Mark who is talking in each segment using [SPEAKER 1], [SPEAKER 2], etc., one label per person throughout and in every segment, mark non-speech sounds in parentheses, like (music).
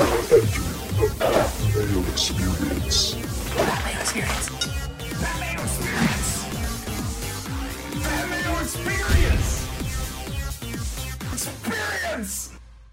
[SPEAKER 1] Enter the Batmale experience.
[SPEAKER 2] Batman experience. Batman experience. Batman experience. Experience.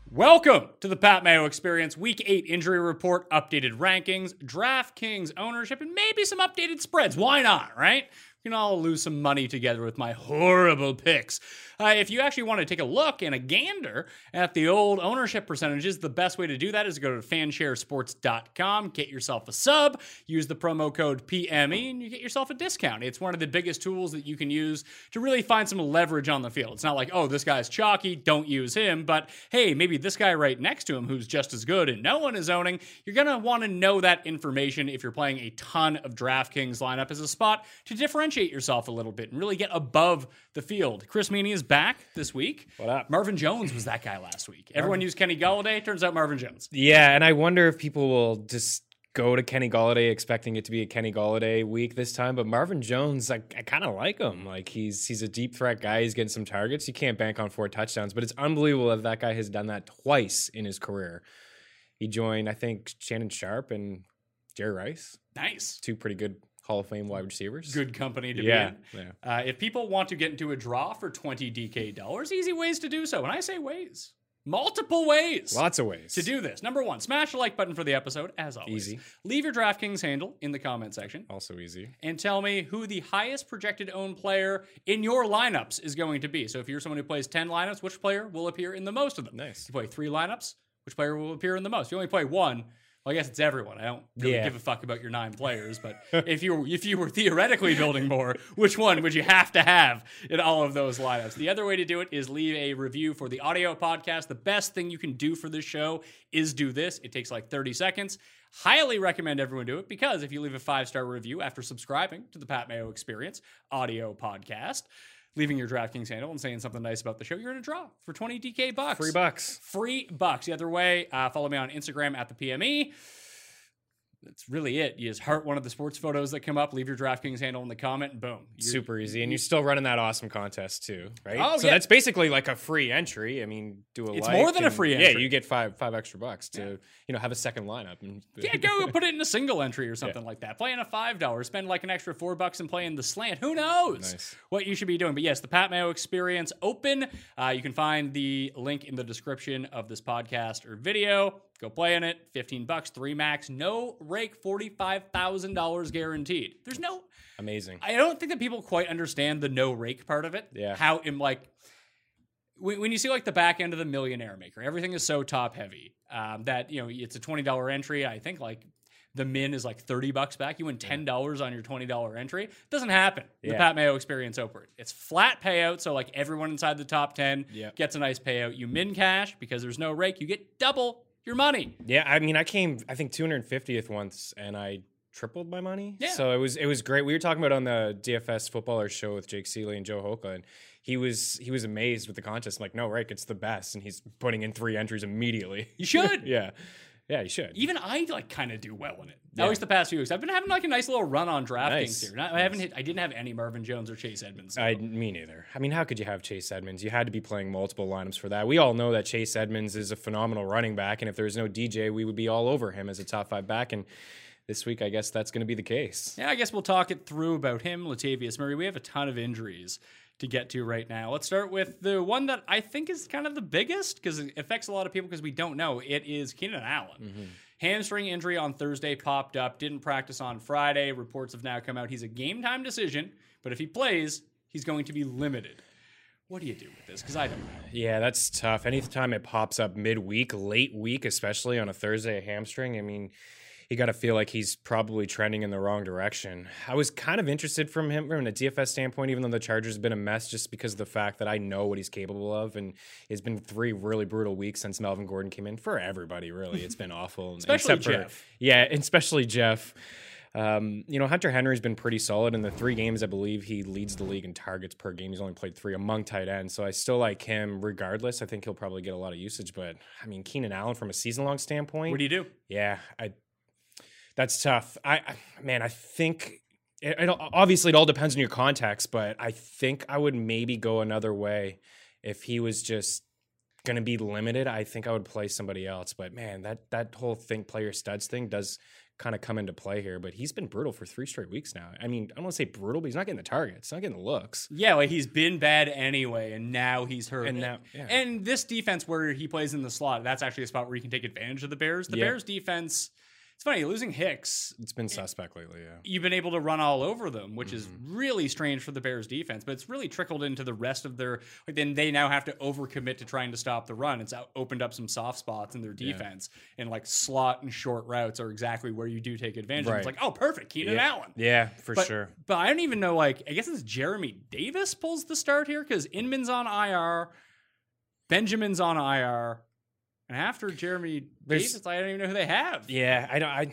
[SPEAKER 3] Welcome to the Pat Mayo Experience Week 8 Injury Report, updated rankings, DraftKings ownership, and maybe some updated spreads. Why not, right? We can all lose some money together with my horrible picks. Uh, if you actually want to take a look and a gander at the old ownership percentages, the best way to do that is to go to fansharesports.com, get yourself a sub, use the promo code PME, and you get yourself a discount. It's one of the biggest tools that you can use to really find some leverage on the field. It's not like, oh, this guy's chalky, don't use him, but hey, maybe this guy right next to him who's just as good and no one is owning, you're going to want to know that information if you're playing a ton of DraftKings lineup as a spot to differentiate yourself a little bit and really get above the field. Chris Meany is back this week.
[SPEAKER 4] What up?
[SPEAKER 3] Marvin Jones was that guy last week. Everyone used Kenny Galladay. Turns out Marvin Jones.
[SPEAKER 4] Yeah, and I wonder if people will just go to Kenny Galladay expecting it to be a Kenny Galladay week this time. But Marvin Jones, I, I kind of like him. Like he's he's a deep threat guy. He's getting some targets. You can't bank on four touchdowns, but it's unbelievable that that guy has done that twice in his career. He joined, I think, Shannon Sharp and Jerry Rice,
[SPEAKER 3] Nice.
[SPEAKER 4] two pretty good Hall of Fame wide receivers.
[SPEAKER 3] Good company to
[SPEAKER 4] Yeah,
[SPEAKER 3] be in.
[SPEAKER 4] yeah.
[SPEAKER 3] Uh, if people want to get into a draw for 20 DK dollars, easy ways to do so. And I say ways, multiple ways.
[SPEAKER 4] Lots of ways
[SPEAKER 3] to do this. Number one, smash the like button for the episode, as always.
[SPEAKER 4] Easy.
[SPEAKER 3] Leave your DraftKings handle in the comment section
[SPEAKER 4] Also easy.
[SPEAKER 3] and tell me who the highest projected owned player in your lineups is going to be. So if you're someone who plays 10 lineups, which player will appear in the most of them?
[SPEAKER 4] Nice.
[SPEAKER 3] If you play three lineups, which player will appear in the most? If you only play one, well, I guess it's everyone. I don't really
[SPEAKER 4] Yeah.
[SPEAKER 3] give a fuck about your nine players, but if you were, if you were theoretically building more, which one would you have to have in all of those lineups? The other way to do it is leave a review for the audio podcast. The best thing you can do for this show is do this. It takes like 30 seconds. Highly recommend everyone do it because if you leave a five star review after subscribing to the Pat Mayo Experience audio podcast, leaving your DraftKings handle and saying something nice about the show, you're in a draw for 20 DK bucks
[SPEAKER 4] Three bucks.
[SPEAKER 3] free bucks. The other way, uh, follow me on Instagram at the PME. That's really it. You just heart one of the sports photos that come up, leave your DraftKings handle in the comment, and boom. You're-
[SPEAKER 4] Super easy. And you're still running that awesome contest too, right?
[SPEAKER 3] Oh,
[SPEAKER 4] so
[SPEAKER 3] yeah.
[SPEAKER 4] that's basically like a free entry. I mean, do a
[SPEAKER 3] It's
[SPEAKER 4] like
[SPEAKER 3] more than a
[SPEAKER 4] and-
[SPEAKER 3] free
[SPEAKER 4] Yeah,
[SPEAKER 3] entry.
[SPEAKER 4] you get five five extra bucks to, you know, have a second lineup and
[SPEAKER 3] (laughs) Yeah, go put it in a single entry or something like that. Play in a five dollar, spend like an extra four bucks and play in the slant. Who knows
[SPEAKER 4] Nice.
[SPEAKER 3] what you should be doing? But yes, the Pat Mayo Experience open. Uh, you can find the link in the description of this podcast or video. Go play in it. Fifteen bucks, three max, no rake, forty five thousand dollars guaranteed. There's no
[SPEAKER 4] amazing.
[SPEAKER 3] I don't think that people quite understand the no rake part of it.
[SPEAKER 4] Yeah.
[SPEAKER 3] How in like when, when you see like the back end of the millionaire maker, everything is so top heavy um, that you know it's a twenty dollar entry. I think like the min is like thirty bucks back. You win ten dollars on your twenty dollar entry. doesn't happen. in The
[SPEAKER 4] Yeah.
[SPEAKER 3] Pat Mayo Experience Open. It's flat payout, so like everyone inside the top ten
[SPEAKER 4] Yep.
[SPEAKER 3] gets a nice payout. You min cash because there's no rake. You get double your money.
[SPEAKER 4] Yeah, I mean, I came I think 250th once, and I tripled my money.
[SPEAKER 3] Yeah.
[SPEAKER 4] So it was it was great. We were talking about it on the DFS footballer show with Jake Seeley and Joe Hoka, and he was he was amazed with the contest. I'm like, no, Rick, it's the best, and he's putting in three entries immediately. (laughs)
[SPEAKER 3] You should.
[SPEAKER 4] yeah, yeah, you should.
[SPEAKER 3] even I like kind of do well in it. At
[SPEAKER 4] Yeah.
[SPEAKER 3] least the past few weeks, I've been having like a nice little run on DraftKings
[SPEAKER 4] Nice.
[SPEAKER 3] here. Not, I haven't hit. I didn't have any Marvin Jones or Chase Edmonds.
[SPEAKER 4] I me neither. I mean, how could you have Chase Edmonds? You had to be playing multiple lineups for that. We all know that Chase Edmonds is a phenomenal running back, and if there was no DJ, we would be all over him as a top five back. And this week, I guess that's going to be the case.
[SPEAKER 3] yeah, I guess we'll talk it through about him, Latavius Murray. We have a ton of injuries to get to right now. Let's start with the one that I think is kind of the biggest because it affects a lot of people because we don't know. It is Keenan Allen.
[SPEAKER 4] Mm-hmm.
[SPEAKER 3] Hamstring injury on Thursday popped up, didn't practice on Friday. Reports have now come out. He's a game time decision, but if he plays, he's going to be limited. What do you do with this? Because I don't know.
[SPEAKER 4] Yeah, that's tough. Anytime it pops up midweek, late week, especially on a Thursday, a hamstring. I mean, you got to feel like he's probably trending in the wrong direction. I was kind of interested from him from a DFS standpoint, even though the Chargers have been a mess, just because of the fact that I know what he's capable of, and it's been three really brutal weeks since Melvin Gordon came in for everybody. Really, it's been awful,
[SPEAKER 3] Especially
[SPEAKER 4] except for-
[SPEAKER 3] Jeff.
[SPEAKER 4] yeah, and especially Jeff. Um, you know, Hunter Henry's been pretty solid in the three games. I believe he leads the league in targets per game. He's only played three among tight ends, so I still like him regardless. I think he'll probably get a lot of usage, but I mean, Keenan Allen from a season long standpoint,
[SPEAKER 3] What do you do?
[SPEAKER 4] yeah, I. That's tough. I, I man, I think it, it all- obviously it all depends on your context, but I think I would maybe go another way if he was just going to be limited, I think I would play somebody else. But man, that that whole thing, player studs thing, does kind of come into play here. But he's been brutal for three straight weeks now. I mean, I don't want to say brutal, but he's not getting the targets, not getting the looks.
[SPEAKER 3] Yeah, like he's been bad anyway, and now he's hurt.
[SPEAKER 4] And now-
[SPEAKER 3] it.
[SPEAKER 4] yeah.
[SPEAKER 3] and this defense where he plays in the slot, that's actually a spot where you can take advantage of the Bears. The
[SPEAKER 4] Yeah.
[SPEAKER 3] Bears defense, it's funny losing Hicks.
[SPEAKER 4] It's been suspect lately. Yeah.
[SPEAKER 3] You've been able to run all over them, which is
[SPEAKER 4] Mm-hmm.
[SPEAKER 3] really strange for the Bears defense, but it's really trickled into the rest of their. Like then they now have to overcommit to trying to stop the run. It's out- opened up some soft spots in their defense, and like slot and short routes are exactly where you do take advantage. It's
[SPEAKER 4] Right.
[SPEAKER 3] like, oh, perfect, Keenan
[SPEAKER 4] yeah.
[SPEAKER 3] Allen.
[SPEAKER 4] Yeah, for
[SPEAKER 3] But,
[SPEAKER 4] sure.
[SPEAKER 3] But I don't even know. Like, I guess it's Jeremy Davis pulls the start here because Inman's on IR, Benjamin's on IR, and after Jeremy
[SPEAKER 4] There's-
[SPEAKER 3] Davis, I don't even know who they have.
[SPEAKER 4] Yeah, I don't. I,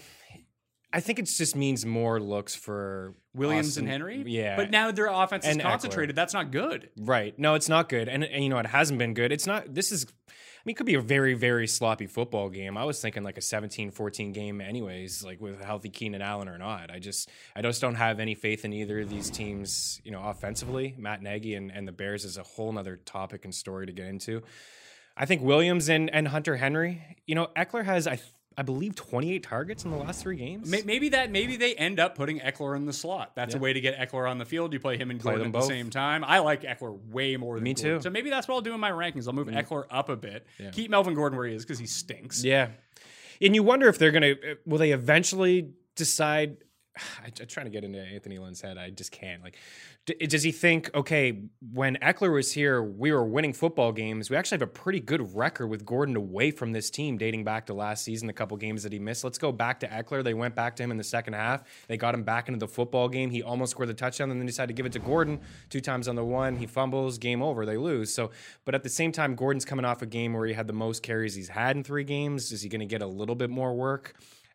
[SPEAKER 4] I think it just means more looks for
[SPEAKER 3] Williams
[SPEAKER 4] Austin-
[SPEAKER 3] and Henry.
[SPEAKER 4] Yeah,
[SPEAKER 3] But now their offense is
[SPEAKER 4] And Eckler.
[SPEAKER 3] concentrated. That's not good.
[SPEAKER 4] Right. No, it's not good. And, and you know, it hasn't been good. It's not this is I mean, it could be a very, very sloppy football game. I was thinking like a 17-14 game anyways, like with a healthy Keenan Allen or not. I just I just don't have any faith in either of these teams, you know, offensively. Matt Nagy and, and the Bears is a whole nother topic and story to get into. I think Williams and, and Hunter Henry, you know, Eckler has I I believe 28 targets in the last three games.
[SPEAKER 3] May- Maybe that. Maybe they end up putting Eckler in the slot. That's a way to get Eckler on the field. You play him and
[SPEAKER 4] Play
[SPEAKER 3] Gordon
[SPEAKER 4] them
[SPEAKER 3] at the
[SPEAKER 4] both.
[SPEAKER 3] same time. I like Eckler way more than
[SPEAKER 4] Me
[SPEAKER 3] Gordon.
[SPEAKER 4] too. Mm-hmm.
[SPEAKER 3] So maybe that's what I'll do in my rankings. I'll move Eckler up a bit. Keep Melvin Gordon where he is because he stinks.
[SPEAKER 4] Yeah, and you wonder if they're gonna uh, will they eventually decide. (sighs) I, I'm trying to get into Anthony Lynn's head. I just can't. Like, d- does he think okay? When Eckler was here, we were winning football games. We actually have a pretty good record with Gordon away from this team, dating back to last season. The couple games that he missed. Let's go back to Eckler. They went back to him in the second half. They got him back into the football game. He almost scored the touchdown, and then decided to give it to Gordon two times on the one. He fumbles. Game over. They lose. So, but at the same time, Gordon's coming off a game where he had the most carries he's had in three games. Is he going to get a little bit more work?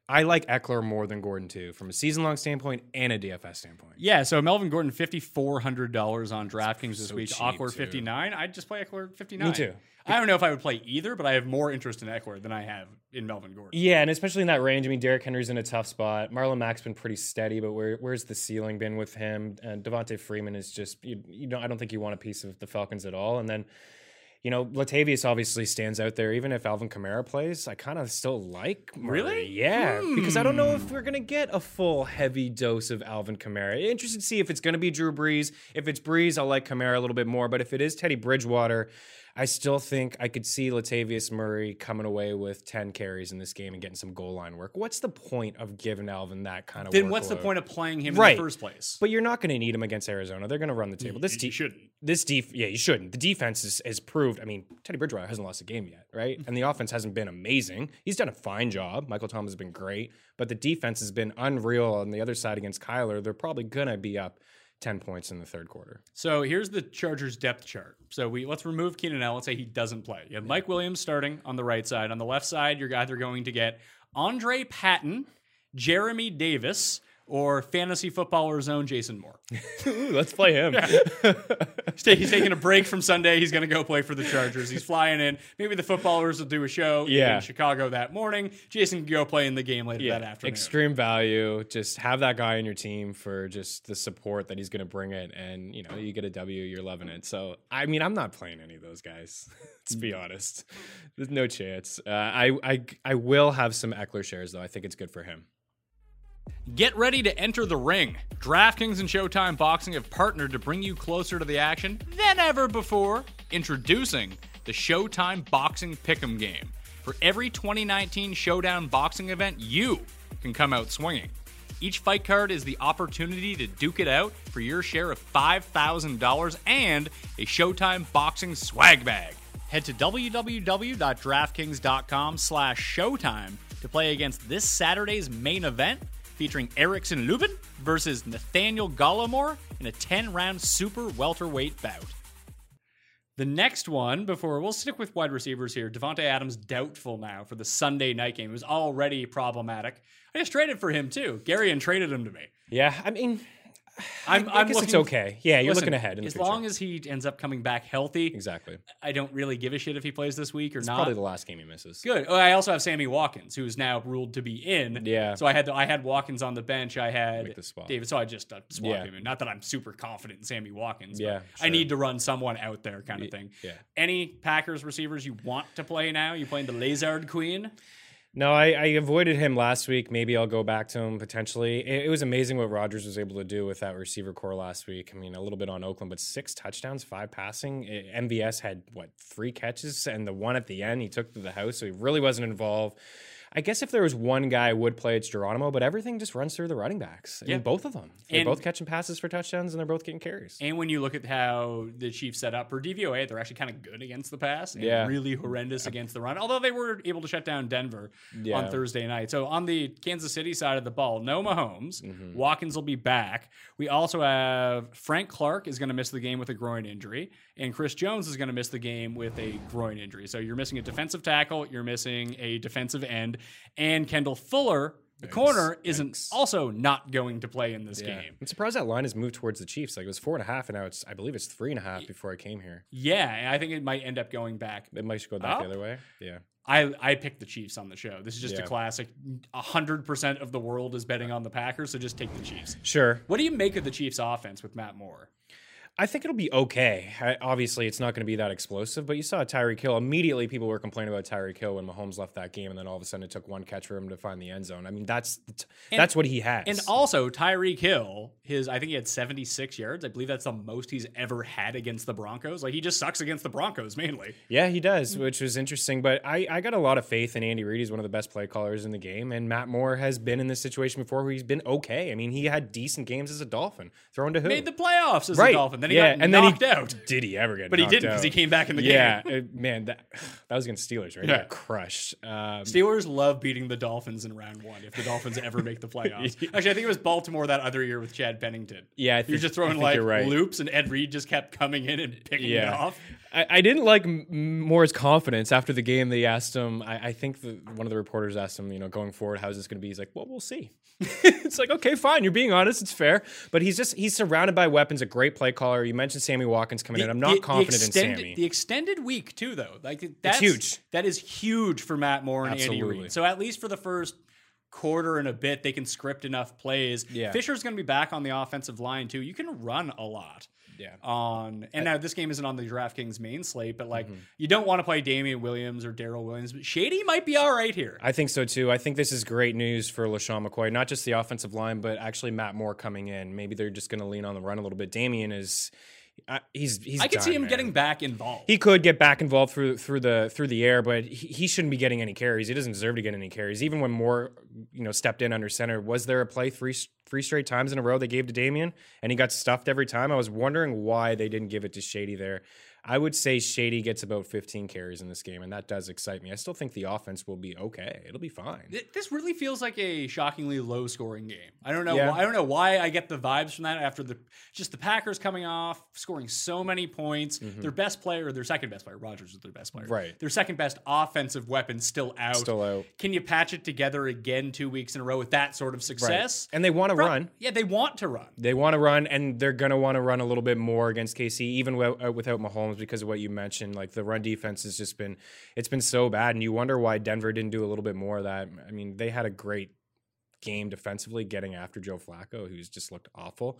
[SPEAKER 4] I like Eckler more than Gordon too, from a season long standpoint and a DFS standpoint.
[SPEAKER 3] Yeah, so Melvin Gordon fifty four hundred dollars on DraftKings this
[SPEAKER 4] so
[SPEAKER 3] week.
[SPEAKER 4] cheap,
[SPEAKER 3] Awkward
[SPEAKER 4] too.
[SPEAKER 3] fifty nine. I'd just play Eckler fifty nine.
[SPEAKER 4] Me too.
[SPEAKER 3] I don't know if I would play either, but I have more interest in Eckler than I have in Melvin Gordon.
[SPEAKER 4] Yeah, and especially in that range. I mean, Derrick Henry's in a tough spot. Marlon Mack's been pretty steady, but where, where's the ceiling been with him? And Devontae Freeman is just you, you know I don't think you want a piece of the Falcons at all. And then you know Latavius obviously stands out there. Even if Alvin Kamara plays, I kind of still like Murray.
[SPEAKER 3] Really? Hmm.
[SPEAKER 4] yeah because I don't know if we're gonna get a full heavy dose of Alvin Kamara. Interested to see if it's gonna be Drew Brees. If it's Brees, I'll like Kamara a little bit more. But if it is Teddy Bridgewater. I still think I could see Latavius Murray coming away with 10 carries in this game and getting some goal line work. What's the point of giving Alvin that kind of
[SPEAKER 3] Then what's the
[SPEAKER 4] workload?
[SPEAKER 3] point of playing him
[SPEAKER 4] Right.
[SPEAKER 3] in the first place?
[SPEAKER 4] But you're not going to need him against Arizona. They're going to run the table. This
[SPEAKER 3] you
[SPEAKER 4] de-
[SPEAKER 3] shouldn't.
[SPEAKER 4] This def yeah, you shouldn't. The defense is, is proved. I mean, Teddy Bridgewater hasn't lost a game yet, right? And the offense hasn't been amazing. He's done a fine job. Michael Thomas has been great, but the defense has been unreal. On the other side against Kyler, they're probably going to be up ten points in the third quarter.
[SPEAKER 3] So here's the Chargers depth chart. So we let's remove Keenan Allen. Let's say he doesn't play. You have Mike Williams starting on the right side. On the left side, you're either going to get Andre Patton, Jeremy Davis, or fantasy footballer's own Jason Moore.
[SPEAKER 4] Ooh, let's play (laughs) him.
[SPEAKER 3] (laughs) He's ta- He's taking a break from Sunday. He's going to go play for the Chargers. He's flying in. Maybe the footballers will do a show
[SPEAKER 4] Yeah.
[SPEAKER 3] in Chicago that morning. Jason can go play in the game later that afternoon.
[SPEAKER 4] Extreme value. Just have that guy on your team for just the support that he's going to bring it, and you know you get a W, you're loving it. So I mean, I'm not playing any of those guys. (laughs) Let's be
[SPEAKER 3] Mm.
[SPEAKER 4] honest, there's no chance. Uh, I I I will have some Eckler shares though. I think it's good for him.
[SPEAKER 3] Get ready to enter the ring. DraftKings and Showtime Boxing have partnered to bring you closer to the action than ever before. Introducing the Showtime Boxing Pick'em game. For every 2019 Showdown boxing event, you can come out swinging. Each fight card is the opportunity to duke it out for your share of $5,000 and a Showtime Boxing swag bag. Head to www.draftkings.com slash showtime to play against this Saturday's main event featuring Erickson Lubin versus Nathaniel Gallimore in a 10-round super welterweight bout. The next one before we'll stick with wide receivers here. Devonte Adams doubtful now for the Sunday night game. It was already problematic. I just traded for him too. Gary and traded him to me.
[SPEAKER 4] Yeah, I mean,
[SPEAKER 3] I'm,
[SPEAKER 4] I
[SPEAKER 3] I'm
[SPEAKER 4] guess
[SPEAKER 3] looking,
[SPEAKER 4] it's okay. Yeah, you're
[SPEAKER 3] listen,
[SPEAKER 4] looking ahead in the
[SPEAKER 3] as
[SPEAKER 4] future.
[SPEAKER 3] long as he ends up coming back healthy,
[SPEAKER 4] exactly.
[SPEAKER 3] I don't really give a shit if he plays this week or
[SPEAKER 4] It's
[SPEAKER 3] not.
[SPEAKER 4] probably the last game he misses.
[SPEAKER 3] Good. Oh, I also have Sammy Watkins, who's now ruled to be in.
[SPEAKER 4] Yeah.
[SPEAKER 3] So I had the, I had Watkins on the bench. I had
[SPEAKER 4] Make the swap.
[SPEAKER 3] David. So I just uh, swapped
[SPEAKER 4] Yeah.
[SPEAKER 3] him. In. Not that I'm super confident in Sammy Watkins. but
[SPEAKER 4] Yeah,
[SPEAKER 3] I
[SPEAKER 4] sure.
[SPEAKER 3] need to run someone out there, kind of thing.
[SPEAKER 4] Yeah.
[SPEAKER 3] Any Packers receivers you want to play now? You playing the Lazard Queen?
[SPEAKER 4] No, I, I avoided him last week. Maybe I'll go back to him potentially. It, it was amazing what Rodgers was able to do with that receiver core last week. I mean, a little bit on Oakland, but six touchdowns, five passing. I- MVS had what three catches, and the one at the end he took to the house, so he really wasn't involved. I guess if there was one guy I would play, it's Geronimo, but everything just runs through the running backs. I mean,
[SPEAKER 3] Yeah.
[SPEAKER 4] both of them. They're
[SPEAKER 3] And-
[SPEAKER 4] both catching passes for touchdowns, and they're both getting carries.
[SPEAKER 3] And when you look at how the Chiefs set up for DVOA, they're actually kind of good against the pass and
[SPEAKER 4] Yeah.
[SPEAKER 3] really horrendous against the run, although they were able to shut down Denver on
[SPEAKER 4] Yeah.
[SPEAKER 3] Thursday night. So on the Kansas City side of the ball, no Mahomes.
[SPEAKER 4] Mm-hmm.
[SPEAKER 3] Watkins will be back. We also have Frank Clark is going to miss the game with a groin injury, and Chris Jones is going to miss the game with a groin injury. So you're missing a defensive tackle, you're missing a defensive end, and Kendall Fuller. The corner isn't also not going to play in this
[SPEAKER 4] Yeah.
[SPEAKER 3] game.
[SPEAKER 4] I'm surprised that line has moved towards the Chiefs. Like it was four and a half, and now it's I believe it's three and a half before I came here.
[SPEAKER 3] Yeah, and I think it might end up going back.
[SPEAKER 4] It might should go back
[SPEAKER 3] Up?
[SPEAKER 4] the other way. Yeah.
[SPEAKER 3] I, I picked the Chiefs on the show. This is just
[SPEAKER 4] Yeah.
[SPEAKER 3] a classic. 100% of the world is betting on the Packers, so just take the Chiefs.
[SPEAKER 4] Sure.
[SPEAKER 3] What do you make of the Chiefs offense with Matt Moore?
[SPEAKER 4] I think it'll be okay. I, obviously, it's not going to be that explosive, but you saw Tyreek Hill. Immediately, people were complaining about Tyreek Hill when Mahomes left that game, and then all of a sudden, it took one catch for him to find the end zone. I mean, that's the t- that's what he has.
[SPEAKER 3] And also Tyreek Hill, his I think he had 76 yards. I believe that's the most he's ever had against the Broncos. Like he just sucks against the Broncos mainly.
[SPEAKER 4] yeah, he
[SPEAKER 3] Mm.
[SPEAKER 4] does, which was interesting. But I, I got a lot of faith in Andy Reid. He's one of the best play callers in the game, and Matt Moore has been in this situation before where he's been okay. I mean, he had decent games as a Dolphin. Thrown to who?
[SPEAKER 3] Made the playoffs as
[SPEAKER 4] (laughs) right.
[SPEAKER 3] a Dolphin. Then he
[SPEAKER 4] yeah.
[SPEAKER 3] got
[SPEAKER 4] and
[SPEAKER 3] knocked
[SPEAKER 4] then he,
[SPEAKER 3] out.
[SPEAKER 4] Did he ever get?
[SPEAKER 3] But he
[SPEAKER 4] knocked
[SPEAKER 3] didn't because he
[SPEAKER 4] out?
[SPEAKER 3] came back in the
[SPEAKER 4] Yeah,
[SPEAKER 3] game.
[SPEAKER 4] uh, man, that (sighs) that was against Steelers, right? He
[SPEAKER 3] Yeah.
[SPEAKER 4] got crushed. Um,
[SPEAKER 3] Steelers love beating the Dolphins in round one if the Dolphins ever make
[SPEAKER 4] (laughs)
[SPEAKER 3] the playoffs. Actually, I think it was Baltimore that other year with Chad Pennington.
[SPEAKER 4] Yeah, I
[SPEAKER 3] You're
[SPEAKER 4] think-
[SPEAKER 3] just
[SPEAKER 4] I
[SPEAKER 3] throwing
[SPEAKER 4] think
[SPEAKER 3] like
[SPEAKER 4] you're right.
[SPEAKER 3] loops, and Ed Reed just kept coming in and picking it off.
[SPEAKER 4] I, I didn't like M- Moore's confidence after the game. They asked him, I, I think the, one of the reporters asked him, you know, going forward, how's this going to be? He's like, well, we'll see. (laughs) it's like, okay, fine. You're being honest. It's fair. But he's just, he's surrounded by weapons, a great play caller. You mentioned Sammy Watkins coming in. I'm not confident
[SPEAKER 3] extended,
[SPEAKER 4] in Sammy.
[SPEAKER 3] The extended week too, though, like that's
[SPEAKER 4] huge.
[SPEAKER 3] That is huge for Matt Moore and Andy
[SPEAKER 4] Absolutely.
[SPEAKER 3] Reid. So at least for the first quarter and a bit, they can script enough plays.
[SPEAKER 4] Yeah.
[SPEAKER 3] Fisher's going to be back on the offensive line too. You can run a lot.
[SPEAKER 4] yeah.
[SPEAKER 3] uh, on and now this game isn't on the DraftKings main slate, but like
[SPEAKER 4] Mm-hmm.
[SPEAKER 3] you don't want to play Damian Williams or Daryl Williams, but Shady might be all right here.
[SPEAKER 4] I think so too. I think this is great news for LaShawn McCoy, not just the offensive line, but actually Matt Moore coming in. Maybe they're just going to lean on the run a little bit. Damien is, uh, he's, he's,
[SPEAKER 3] I could see
[SPEAKER 4] done,
[SPEAKER 3] him
[SPEAKER 4] man.
[SPEAKER 3] getting back involved.
[SPEAKER 4] he could get back involved through through the through the air, but he, he shouldn't be getting any carries. He doesn't deserve to get any carries. Even when Moore, you know, stepped in under center, was there a play three three straight times in a row they gave to Damien, and he got stuffed every time? I was wondering why they didn't give it to Shady there. I would say Shady gets about 15 carries in this game, and that does excite me. I still think the offense will be okay. It'll be fine.
[SPEAKER 3] Th- this really feels like a shockingly low scoring game. I don't know.
[SPEAKER 4] Yeah.
[SPEAKER 3] Why, I don't know why I get the vibes from that after the just the Packers coming off scoring so many points. Their best player, their second best player, Rogers is their best player.
[SPEAKER 4] Mm-hmm. Right.
[SPEAKER 3] Their second best offensive weapon still out.
[SPEAKER 4] Still out.
[SPEAKER 3] Can you patch it together again two weeks in a row with that sort of success?
[SPEAKER 4] And they want to
[SPEAKER 3] Pro-
[SPEAKER 4] run.
[SPEAKER 3] Yeah, they want to run.
[SPEAKER 4] They want to run, and they're going to want to run a little bit more against KC, even wi- uh, without Mahomes, because of what you mentioned. Like the run defense has just been, it's been so bad, and you wonder why Denver didn't do a little bit more of that. I mean, they had a great game defensively, getting after Joe Flacco, who's just looked awful.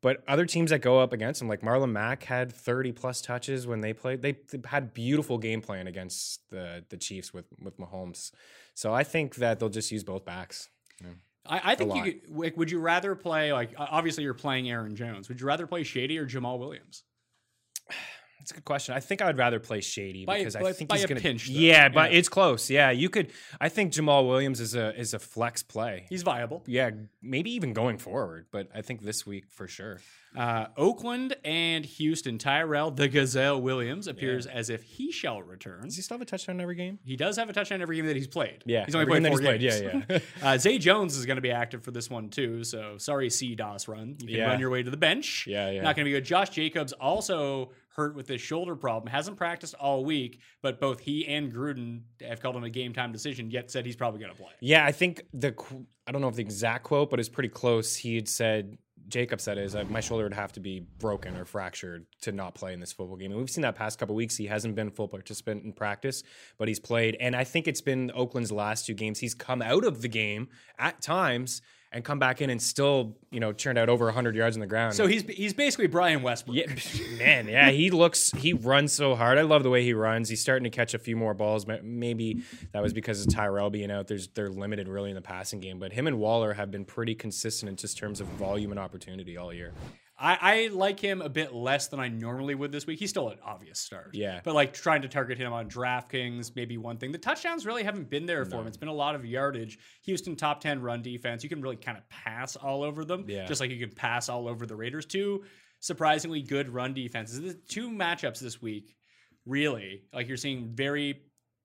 [SPEAKER 4] But other teams that go up against them, like Marlon Mack, had 30 plus touches when they played. They they had beautiful game plan against the the Chiefs with with Mahomes. So I think that they'll just use both backs.
[SPEAKER 3] I, I think you
[SPEAKER 4] lot.
[SPEAKER 3] could, like, would you rather play like o- obviously you're playing Aaron Jones. Would you rather play Shady or Jamal Williams?
[SPEAKER 4] That's a good question. I think I would rather play Shady
[SPEAKER 3] By-
[SPEAKER 4] because
[SPEAKER 3] by-
[SPEAKER 4] I think
[SPEAKER 3] by
[SPEAKER 4] he's
[SPEAKER 3] a
[SPEAKER 4] going to
[SPEAKER 3] pinch, though.
[SPEAKER 4] Yeah, but
[SPEAKER 3] Yeah.
[SPEAKER 4] it's close. Yeah, you could. I think Jamal Williams is a is a flex play.
[SPEAKER 3] He's viable.
[SPEAKER 4] yeah, maybe even going forward, but I think this week for sure.
[SPEAKER 3] Uh, Oakland and Houston. Tyrell the Gazelle Williams appears as if he shall return.
[SPEAKER 4] Does he still have a touchdown every game?
[SPEAKER 3] He does have a touchdown every game that he's played.
[SPEAKER 4] Yeah,
[SPEAKER 3] he's only
[SPEAKER 4] every
[SPEAKER 3] played
[SPEAKER 4] game
[SPEAKER 3] four
[SPEAKER 4] that he's
[SPEAKER 3] games.
[SPEAKER 4] played, yeah,
[SPEAKER 3] (laughs) uh, Zay Jones is going to be active for this one too. So sorry, C. Dos run. You can
[SPEAKER 4] Yeah.
[SPEAKER 3] run your way to the bench.
[SPEAKER 4] Yeah, yeah.
[SPEAKER 3] Not going to be good. Josh Jacobs also hurt with this shoulder problem. Hasn't practiced all week, but both he and Gruden have called him a game time decision. Yet said he's probably going to play.
[SPEAKER 4] Yeah, I think the qu- I don't know if the exact quote, but it's pretty close. He had said Jacobs, that is, I, my shoulder would have to be broken or fractured to not play in this football game. And we've seen that past couple weeks. He hasn't been a full participant in practice, but he's played. And I think it's been Oakland's last two games. He's come out of the game at times and come back in and still, you know, turned out over 100 yards on the ground.
[SPEAKER 3] So he's he's basically Brian Westbrook. (laughs)
[SPEAKER 4] Yeah, man. Yeah, he looks. He runs so hard. I love the way he runs. He's starting to catch a few more balls. Ma- Maybe that was because of Tyrell being out. There's they're limited really in the passing game. But him and Waller have been pretty consistent in just terms of volume and opportunity all year.
[SPEAKER 3] I, I like him a bit less than I normally would this week. He's still an obvious start.
[SPEAKER 4] Yeah.
[SPEAKER 3] But like trying to target him on DraftKings, maybe one thing. The touchdowns really haven't been there for him. It's been a lot of yardage. Houston top 10 run defense. You can really kind of pass all over them,
[SPEAKER 4] Yeah.
[SPEAKER 3] just like you can pass all over the Raiders. Two surprisingly good run defenses. The two matchups this week, really, like you're seeing very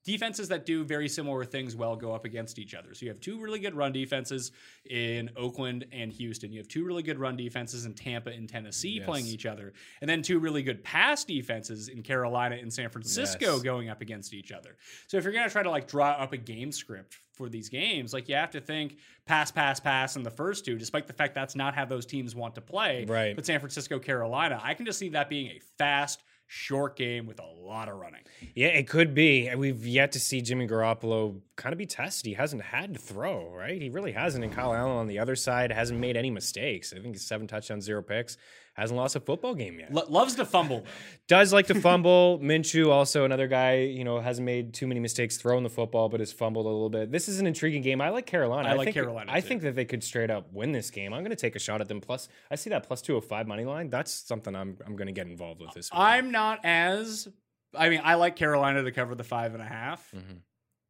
[SPEAKER 3] defenses that do very similar things well go up against each other. So you have two really good run defenses in Oakland and Houston. You have two really good run defenses in Tampa and Tennessee playing each other. And then two really good pass defenses in Carolina and San Francisco
[SPEAKER 4] Yes.
[SPEAKER 3] going up against each other. So if you're going to try to like draw up a game script for these games, like you have to think pass pass pass in the first two despite the fact that's not how those teams want to play.
[SPEAKER 4] Right.
[SPEAKER 3] But San Francisco Carolina, I can just see that being a fast short game with a lot of running.
[SPEAKER 4] Yeah, it could be. And We've yet to see Jimmy Garoppolo kind of be tested. He hasn't had to throw, right? He really hasn't. And Kyle Allen on the other side hasn't made any mistakes. I think he's seven touchdowns, zero picks. Hasn't lost a football game yet.
[SPEAKER 3] Lo- loves to fumble. though.
[SPEAKER 4] does like to fumble. (laughs) Minshew, also another guy, you know, hasn't made too many mistakes throwing the football, but has fumbled a little bit. This is an intriguing game. I like Carolina.
[SPEAKER 3] I like
[SPEAKER 4] think,
[SPEAKER 3] Carolina,
[SPEAKER 4] I
[SPEAKER 3] too.
[SPEAKER 4] think that they could straight up win this game. I'm going to take a shot at them. Plus, I see that plus 205 money line. That's something I'm, I'm going to get involved with this week.
[SPEAKER 3] I'm not as. I mean, I like Carolina to cover the five and a half.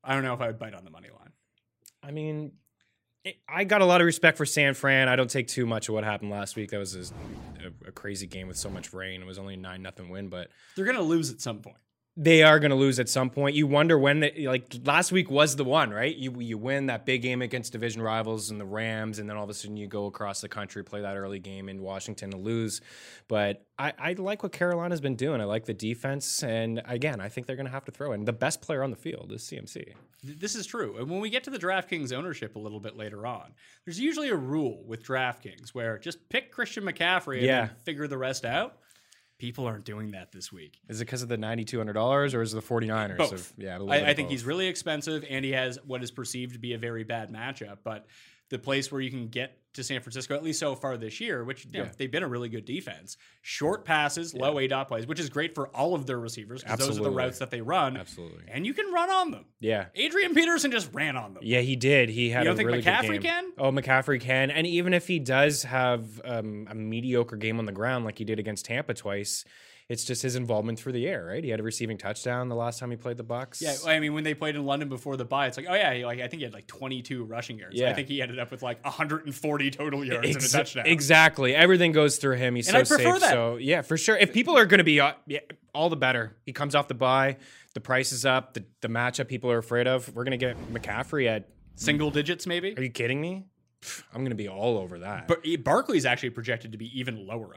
[SPEAKER 3] I don't know if I would bite on the money line.
[SPEAKER 4] I mean, it, I got a lot of respect for San Fran. I don't take too much of what happened last week. That was a, a, a crazy game with so much rain. It was only a 9 nothing win, but
[SPEAKER 3] They're going to lose at some point.
[SPEAKER 4] they are going to lose at some point. You wonder when, it, like last week was the one, right? You you win that big game against division rivals and the Rams, and then all of a sudden you go across the country, play that early game in Washington and lose. But I, I like what Carolina's been doing. I like the defense, and again, I think they're going to have to throw in the best player on the field is CMC.
[SPEAKER 3] Th- This is true. And when we get to the DraftKings ownership a little bit later on, there's usually a rule with DraftKings where just pick Christian McCaffrey and
[SPEAKER 4] Yeah.
[SPEAKER 3] then figure the rest out. People aren't doing that this week.
[SPEAKER 4] Is it because of the ninety two hundred dollars or is it the 49ers?
[SPEAKER 3] Both.
[SPEAKER 4] Of- yeah, a little bit
[SPEAKER 3] I, I
[SPEAKER 4] of
[SPEAKER 3] think
[SPEAKER 4] both.
[SPEAKER 3] he's really expensive, and he has what is perceived to be a very bad matchup. But the place where you can get to San Francisco, at least so far this year, which you know,
[SPEAKER 4] Yeah.
[SPEAKER 3] they've been a really good defense, short passes, low A dot plays, which is great for all of their receivers because those are the
[SPEAKER 4] Absolutely.
[SPEAKER 3] routes that they run.
[SPEAKER 4] Absolutely.
[SPEAKER 3] and you can run on them.
[SPEAKER 4] yeah.
[SPEAKER 3] Adrian Peterson just ran on them.
[SPEAKER 4] Yeah, he did. He had
[SPEAKER 3] You don't
[SPEAKER 4] a
[SPEAKER 3] think
[SPEAKER 4] really
[SPEAKER 3] McCaffrey
[SPEAKER 4] good game.
[SPEAKER 3] can?
[SPEAKER 4] Oh, McCaffrey can. And even if he does have um, a mediocre game on the ground, like he did against Tampa twice, it's just his involvement through the air, right? He had a receiving touchdown the last time he played the Bucks.
[SPEAKER 3] Yeah, I mean, when they played in London before the bye, it's like, oh yeah, he, like I think he had like 22 rushing yards. I
[SPEAKER 4] Yeah. E-,
[SPEAKER 3] think he ended up with like 140 total yards
[SPEAKER 4] Ex-
[SPEAKER 3] and a touchdown.
[SPEAKER 4] Exactly. Everything goes through him. He's
[SPEAKER 3] And
[SPEAKER 4] so
[SPEAKER 3] I prefer
[SPEAKER 4] safe.
[SPEAKER 3] that.
[SPEAKER 4] So yeah, for sure. If people are going to be uh, yeah, all the better. He comes off the bye. The price is up. The, the matchup people are afraid of. We're going to get McCaffrey at.
[SPEAKER 3] Single digits, maybe.
[SPEAKER 4] Are you kidding me? Pff, I'm going to be all over that.
[SPEAKER 3] But Barkley's actually projected to be even lower owned.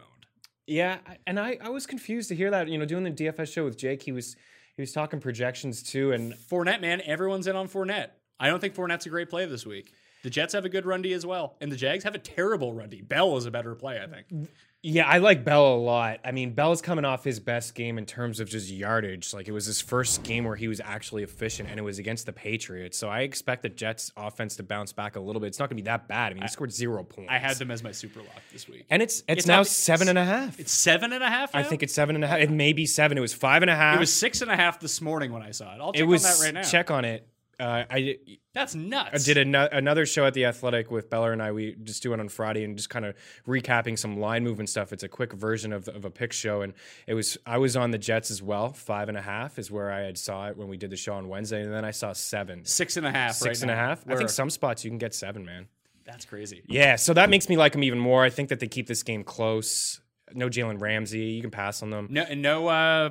[SPEAKER 4] Yeah, I- and I, I was confused to hear that. You know, doing the DFS show with Jake, he was he was talking projections too, and
[SPEAKER 3] Fournette, man, everyone's in on Fournette. I don't think Fournette's a great play this week. The Jets have a good run D as well, and the Jags have a terrible run D. Bell is a better play, I think.
[SPEAKER 4] yeah, I like Bell a lot. I mean, Bell's coming off his best game in terms of just yardage. Like it was his first game where he was actually efficient, and it was against the Patriots. So I expect the Jets' offense to bounce back a little bit. It's not going to be that bad. I mean, he scored zero points.
[SPEAKER 3] I had them as my super lock this week.
[SPEAKER 4] and it's it's,
[SPEAKER 3] It's
[SPEAKER 4] now
[SPEAKER 3] not-
[SPEAKER 4] seven and a half.
[SPEAKER 3] It's seven and a half.
[SPEAKER 4] I
[SPEAKER 3] now?
[SPEAKER 4] think it's seven and a half. It may be seven. It was five and a half.
[SPEAKER 3] it was six and a half this morning when I saw it. I'll check
[SPEAKER 4] It was
[SPEAKER 3] on that right now.
[SPEAKER 4] check on it. Uh, I
[SPEAKER 3] That's nuts.
[SPEAKER 4] I did ano- another show at the Athletic with Beller and I. We just do it on Friday and just kind of recapping some line movement stuff. It's a quick version of, of a pick show, and it was I was on the Jets as well. Five and a half is where I had saw it when we did the show on Wednesday, and then I saw seven,
[SPEAKER 3] six and a half.
[SPEAKER 4] six
[SPEAKER 3] right
[SPEAKER 4] and a
[SPEAKER 3] now.
[SPEAKER 4] half. I
[SPEAKER 3] Where-
[SPEAKER 4] think some spots you can get seven, man.
[SPEAKER 3] that's crazy.
[SPEAKER 4] Yeah, so that makes me like them even more. I think that they keep this game close. No Jalen Ramsey, you can pass on them.
[SPEAKER 3] No, and no. Uh,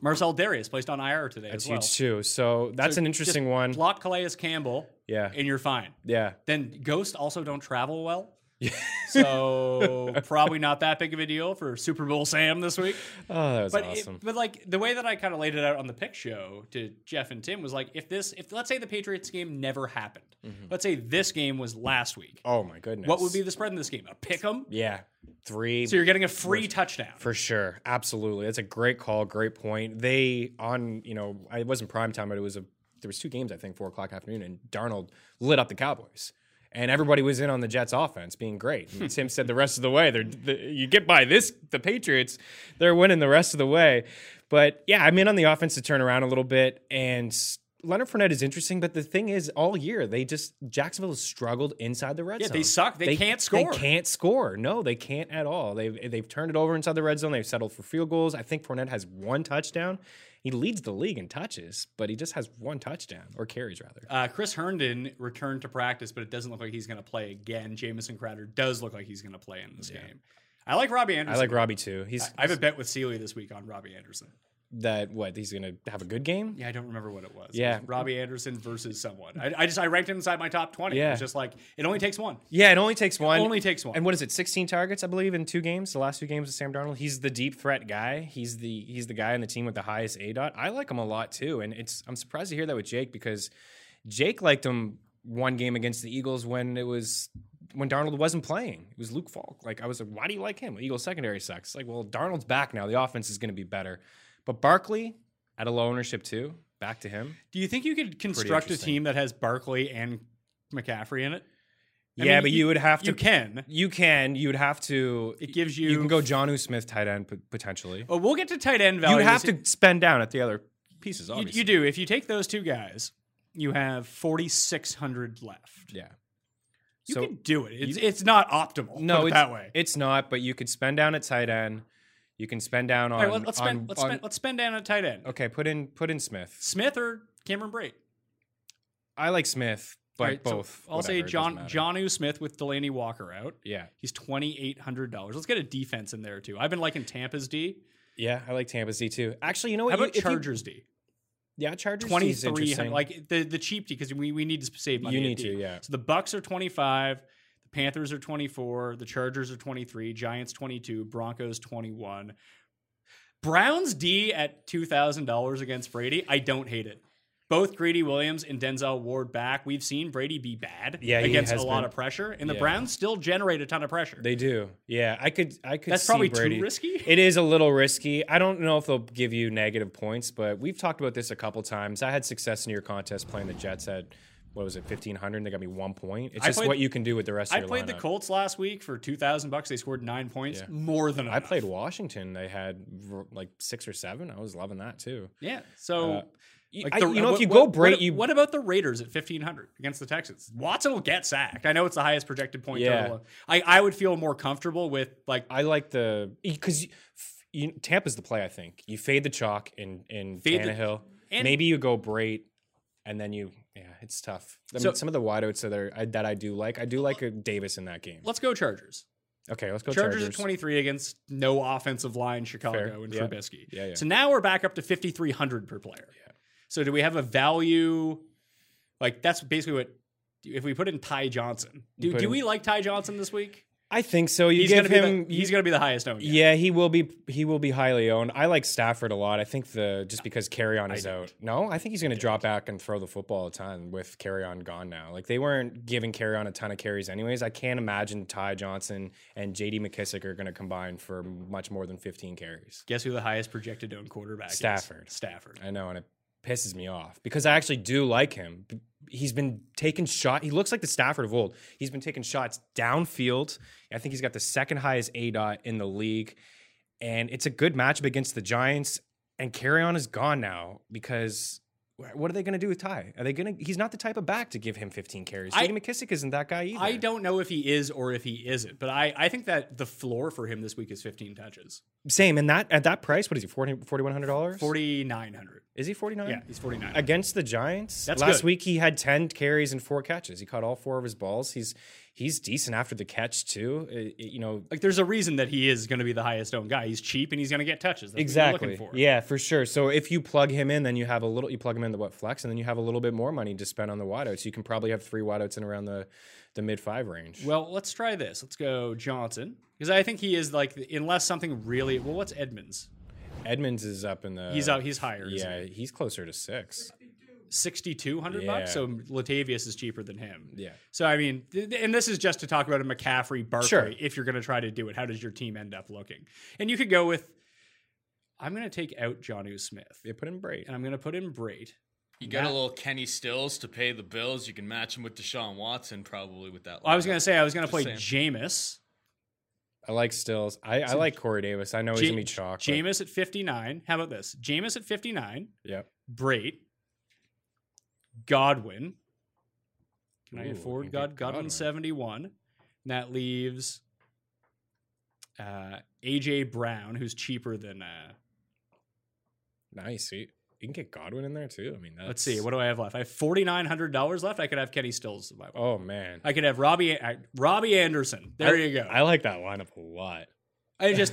[SPEAKER 3] Marcel Darius placed on IR today
[SPEAKER 4] That's
[SPEAKER 3] as well.
[SPEAKER 4] huge too. So that's
[SPEAKER 3] So
[SPEAKER 4] an
[SPEAKER 3] just
[SPEAKER 4] interesting one.
[SPEAKER 3] Block Calais Campbell,
[SPEAKER 4] Yeah,
[SPEAKER 3] and you're fine.
[SPEAKER 4] yeah.
[SPEAKER 3] Then Ghost also don't travel well. (laughs)
[SPEAKER 4] (laughs)
[SPEAKER 3] so probably not that big of a deal for Super Bowl Sam this week.
[SPEAKER 4] Oh, that was
[SPEAKER 3] But it-
[SPEAKER 4] awesome.
[SPEAKER 3] but like the way that I kind of laid it out on the pick show to Jeff and Tim was like if this if let's say the Patriots game never happened. Let's say this game was last week.
[SPEAKER 4] Mm-hmm. oh my goodness.
[SPEAKER 3] What would be the spread in this game? A pick 'em?
[SPEAKER 4] Yeah, three
[SPEAKER 3] So you're getting a free touchdown.
[SPEAKER 4] for sure. Absolutely, that's a great call. Great point. They on you know I- it wasn't prime time, but it was a there was two games I think four o'clock afternoon, and Darnold lit up the Cowboys. And everybody was in on the Jets' offense being great. And Tim said the rest of the way, they're, the, you get by this, the Patriots, they're winning the rest of the way. But yeah, I'm in on the offense to turn around a little bit. And s- Leonard Fournette is interesting, but the thing is, all year they just Jacksonville has struggled inside the red
[SPEAKER 3] Yeah,
[SPEAKER 4] zone.
[SPEAKER 3] they suck. They can't score.
[SPEAKER 4] They can't score. No, they can't at all. They've they've turned it over inside the red zone. They've settled for field goals. I think Fournette has one touchdown. He leads the league in touches, but he just has one touchdown or carries rather.
[SPEAKER 3] Uh, Chris Herndon returned to practice, but it doesn't look like he's going to play again. Jamison Crowder does look like he's going to play in this game. I like Robbie
[SPEAKER 4] I
[SPEAKER 3] Anderson.
[SPEAKER 4] like Robbie too. He's
[SPEAKER 3] I have a bet with Sealy this week on Robbie Anderson.
[SPEAKER 4] that what he's gonna have a good game.
[SPEAKER 3] Yeah, I don't remember what it was. It
[SPEAKER 4] Yeah.
[SPEAKER 3] was Robbie Anderson versus someone. I, I just I ranked him inside my top twenty.
[SPEAKER 4] Yeah.
[SPEAKER 3] It's just like it only takes one.
[SPEAKER 4] Yeah, it only takes one.
[SPEAKER 3] only takes one.
[SPEAKER 4] And what is it? Sixteen targets, I believe, in two games. The last two games of Sam Darnold. He's the deep threat guy. He's the he's the guy on the team with the highest A dot. I like him a lot too, and it's I'm surprised to hear that with Jake because Jake liked him one game against the Eagles when it was when Darnold wasn't playing. It was Luke Falk. Like I was like, why do you like him? Eagles secondary sucks. Like, well, Darnold's back now. The offense is going to be better, but Barkley at a low ownership too. Back to him.
[SPEAKER 3] Do you think you could construct a
[SPEAKER 4] interesting.
[SPEAKER 3] team that has Barkley and McCaffrey in it? I
[SPEAKER 4] yeah,
[SPEAKER 3] mean,
[SPEAKER 4] but you, would have to.
[SPEAKER 3] You can.
[SPEAKER 4] You can. You'd have to.
[SPEAKER 3] It gives
[SPEAKER 4] You,
[SPEAKER 3] you.
[SPEAKER 4] can go John U. Smith tight end p- potentially.
[SPEAKER 3] Oh, we'll get to tight end
[SPEAKER 4] you
[SPEAKER 3] value.
[SPEAKER 4] would have to spend down at the other pieces.
[SPEAKER 3] You,
[SPEAKER 4] Obviously,
[SPEAKER 3] you do. If you take those two guys, you have forty six hundred left.
[SPEAKER 4] Yeah.
[SPEAKER 3] You
[SPEAKER 4] so
[SPEAKER 3] can do it. It's, it's not optimal.
[SPEAKER 4] no,
[SPEAKER 3] put it
[SPEAKER 4] it's,
[SPEAKER 3] that way.
[SPEAKER 4] it's not. But you could spend down at tight end. You can spend down on.
[SPEAKER 3] All right, let- let's
[SPEAKER 4] on-
[SPEAKER 3] spend let's
[SPEAKER 4] on-
[SPEAKER 3] spend let's spend down a tight end.
[SPEAKER 4] Okay, put in put in Smith.
[SPEAKER 3] Smith or Cameron Brate.
[SPEAKER 4] I like Smith, but
[SPEAKER 3] All right, so
[SPEAKER 4] both.
[SPEAKER 3] I'll
[SPEAKER 4] whatever,
[SPEAKER 3] say
[SPEAKER 4] it doesn't
[SPEAKER 3] John
[SPEAKER 4] matter.
[SPEAKER 3] Johnu Smith with Delaney Walker out.
[SPEAKER 4] Yeah,
[SPEAKER 3] He's twenty eight hundred dollars. Let's get a defense in there too. I've been liking Tampa's D.
[SPEAKER 4] yeah. I like Tampa's D too. Actually, you know what?
[SPEAKER 3] How
[SPEAKER 4] You-
[SPEAKER 3] about
[SPEAKER 4] if you-
[SPEAKER 3] Chargers D?
[SPEAKER 4] yeah, Chargers D
[SPEAKER 3] Twenty
[SPEAKER 4] is
[SPEAKER 3] three
[SPEAKER 4] interesting.
[SPEAKER 3] hundred. Like the the cheap D because we we need to save money.
[SPEAKER 4] You
[SPEAKER 3] at
[SPEAKER 4] need
[SPEAKER 3] D.
[SPEAKER 4] to, yeah.
[SPEAKER 3] So the Bucks are twenty five. The Panthers are twenty four. The Chargers are twenty three. Giants twenty two. Broncos twenty one. Browns D at two thousand dollars against Brady. I don't hate it. Both Grady Williams and Denzel Ward back. We've seen Brady be bad
[SPEAKER 4] Yeah, he
[SPEAKER 3] against
[SPEAKER 4] has
[SPEAKER 3] a lot
[SPEAKER 4] been-
[SPEAKER 3] of pressure, and the
[SPEAKER 4] yeah.
[SPEAKER 3] Browns still generate a ton of pressure.
[SPEAKER 4] They do. Yeah, I could. I could.
[SPEAKER 3] That's
[SPEAKER 4] see
[SPEAKER 3] probably too
[SPEAKER 4] Brady.
[SPEAKER 3] risky? (laughs)
[SPEAKER 4] It is a little risky. I don't know if they'll give you negative points, but we've talked about this a couple times. I had success in your contest playing the Jets at what was it, fifteen hundred? They got me one point. It's
[SPEAKER 3] I
[SPEAKER 4] just
[SPEAKER 3] played-
[SPEAKER 4] what you can do with the rest.
[SPEAKER 3] I
[SPEAKER 4] of your
[SPEAKER 3] played the
[SPEAKER 4] lineup.
[SPEAKER 3] Colts last week for two thousand bucks. They scored nine points, more than
[SPEAKER 4] I
[SPEAKER 3] enough.
[SPEAKER 4] played Washington. They had r- like six or seven. I was loving that too.
[SPEAKER 3] Yeah. So,
[SPEAKER 4] Uh,
[SPEAKER 3] like
[SPEAKER 4] I-
[SPEAKER 3] the-
[SPEAKER 4] you know, if
[SPEAKER 3] what-
[SPEAKER 4] you
[SPEAKER 3] what-
[SPEAKER 4] go
[SPEAKER 3] what-
[SPEAKER 4] Brady, you-
[SPEAKER 3] what about the Raiders at fifteen hundred against the Texans? Watson will get sacked. I know it's the highest projected point
[SPEAKER 4] Yeah.
[SPEAKER 3] total. I, I would feel more comfortable with like
[SPEAKER 4] I like the because you, f- you, Tampa's the play. I think you fade the chalk in in
[SPEAKER 3] Fade the-
[SPEAKER 4] Tannehill.
[SPEAKER 3] and-
[SPEAKER 4] Maybe you go Brait, and then you yeah, it's tough. I
[SPEAKER 3] So-
[SPEAKER 4] mean, some of the wideouts that are I, that I do like. I do like a Davis in that game.
[SPEAKER 3] let's go Chargers.
[SPEAKER 4] Okay, let's go
[SPEAKER 3] Chargers,
[SPEAKER 4] Chargers.
[SPEAKER 3] at twenty three against no offensive line Chicago
[SPEAKER 4] Fair.
[SPEAKER 3] and
[SPEAKER 4] Yeah.
[SPEAKER 3] Trubisky.
[SPEAKER 4] Yeah, yeah.
[SPEAKER 3] So now we're back up to fifty three hundred per player. So do we have a value? Like that's basically what if we put in Ty Johnson. Do,
[SPEAKER 4] put
[SPEAKER 3] do
[SPEAKER 4] in-
[SPEAKER 3] we like Ty Johnson this week?
[SPEAKER 4] I think so. You
[SPEAKER 3] He's
[SPEAKER 4] give
[SPEAKER 3] gonna be
[SPEAKER 4] him.
[SPEAKER 3] the, he's gonna be the highest owned. guy.
[SPEAKER 4] yeah, he will be. He will be highly owned. I like Stafford a lot. I think the just because carry on is out. No, I think he's going to drop back and throw the football a ton with carry on gone now. Like they weren't giving carry on a ton of carries anyways. I can't imagine Ty Johnson and J.D. McKissick are going to combine for much more than 15 carries.
[SPEAKER 3] Guess who the highest projected owned quarterback
[SPEAKER 4] Stafford.
[SPEAKER 3] is? Stafford.
[SPEAKER 4] I know, and it pisses me off because I actually do like him. B- He's been taking shot. He looks like the Stafford of old. He's been taking shots downfield. I think he's got the second highest A dot in the league, and it's a good matchup against the Giants. And carry on is gone now because wh- what are they going to do with Ty? Are they going to? He's not the type of back to give him 15 carries.
[SPEAKER 3] I-
[SPEAKER 4] J.D. McKissick isn't that guy either.
[SPEAKER 3] I don't know if he is or if he isn't, but I, I think that the floor for him this week is 15 touches,
[SPEAKER 4] Same, and that at that price, what is he? 40 $4,100?
[SPEAKER 3] 4,900.
[SPEAKER 4] Is he 49?
[SPEAKER 3] Yeah, he's 49.
[SPEAKER 4] Against the Giants,
[SPEAKER 3] That's
[SPEAKER 4] last
[SPEAKER 3] good.
[SPEAKER 4] week he had 10 carries and four catches. He caught all four of his balls. He's he's decent after the catch too. Uh, you know,
[SPEAKER 3] like there's a reason that he is going to be the highest owned guy. He's cheap and he's going to get touches. That's what you're
[SPEAKER 4] Exactly.
[SPEAKER 3] looking for.
[SPEAKER 4] Yeah, for sure. So if you plug him in, then you have a little. You plug him in the what flex, and then you have a little bit more money to spend on the wideouts. You can probably have three wideouts in around the the mid five range.
[SPEAKER 3] Well, let's try this. Let's go Johnson because I think he is like the- unless something really well. What's Edmonds?
[SPEAKER 4] Edmonds is up in the.
[SPEAKER 3] He's out. He's higher. isn't
[SPEAKER 4] Uh, Yeah, he's closer to six.
[SPEAKER 3] sixty-two hundred bucks.
[SPEAKER 4] Yeah.
[SPEAKER 3] So Latavius is cheaper than him.
[SPEAKER 4] Yeah.
[SPEAKER 3] So I mean, th- th- and this is just to talk about a McCaffrey Barkley.
[SPEAKER 4] Sure.
[SPEAKER 3] If you're going to try to do it, how does your team end up looking? And you could go with, I'm going to take out Johnu Smith
[SPEAKER 4] They put in Braid.
[SPEAKER 3] and I'm going to put in Braid.
[SPEAKER 5] You got a
[SPEAKER 3] That-
[SPEAKER 5] little Kenny Stills to pay the bills. You can match him with Deshaun Watson probably with that.
[SPEAKER 3] Well, I was
[SPEAKER 5] lineup.
[SPEAKER 3] going to say I was going to play
[SPEAKER 5] saying.
[SPEAKER 3] Jameis.
[SPEAKER 4] I like Stills. I, I like Corey Davis. I know Oh, he's
[SPEAKER 3] Ja-
[SPEAKER 4] gonna be chalk. but-
[SPEAKER 3] Jameis at 59. How about this? Jameis at 59.
[SPEAKER 4] Yep.
[SPEAKER 3] Brait, Godwin. Can I
[SPEAKER 4] Ooh,
[SPEAKER 3] get
[SPEAKER 4] you
[SPEAKER 3] forward?
[SPEAKER 4] can
[SPEAKER 3] God,
[SPEAKER 4] get
[SPEAKER 3] Godwin
[SPEAKER 4] Godwin.
[SPEAKER 3] 71. And that leaves uh, AJ Brown, who's cheaper than. Uh,
[SPEAKER 4] Nice. You, you can get Godwin in there too. I mean, that's,
[SPEAKER 3] let's see, what do I have left? I have $4,900 left. I could have Kenny Stills. in my-
[SPEAKER 4] Oh man.
[SPEAKER 3] I could have Robbie uh, Robbie Anderson. There
[SPEAKER 4] I-
[SPEAKER 3] you go.
[SPEAKER 4] I like that lineup a lot. (laughs)
[SPEAKER 3] I just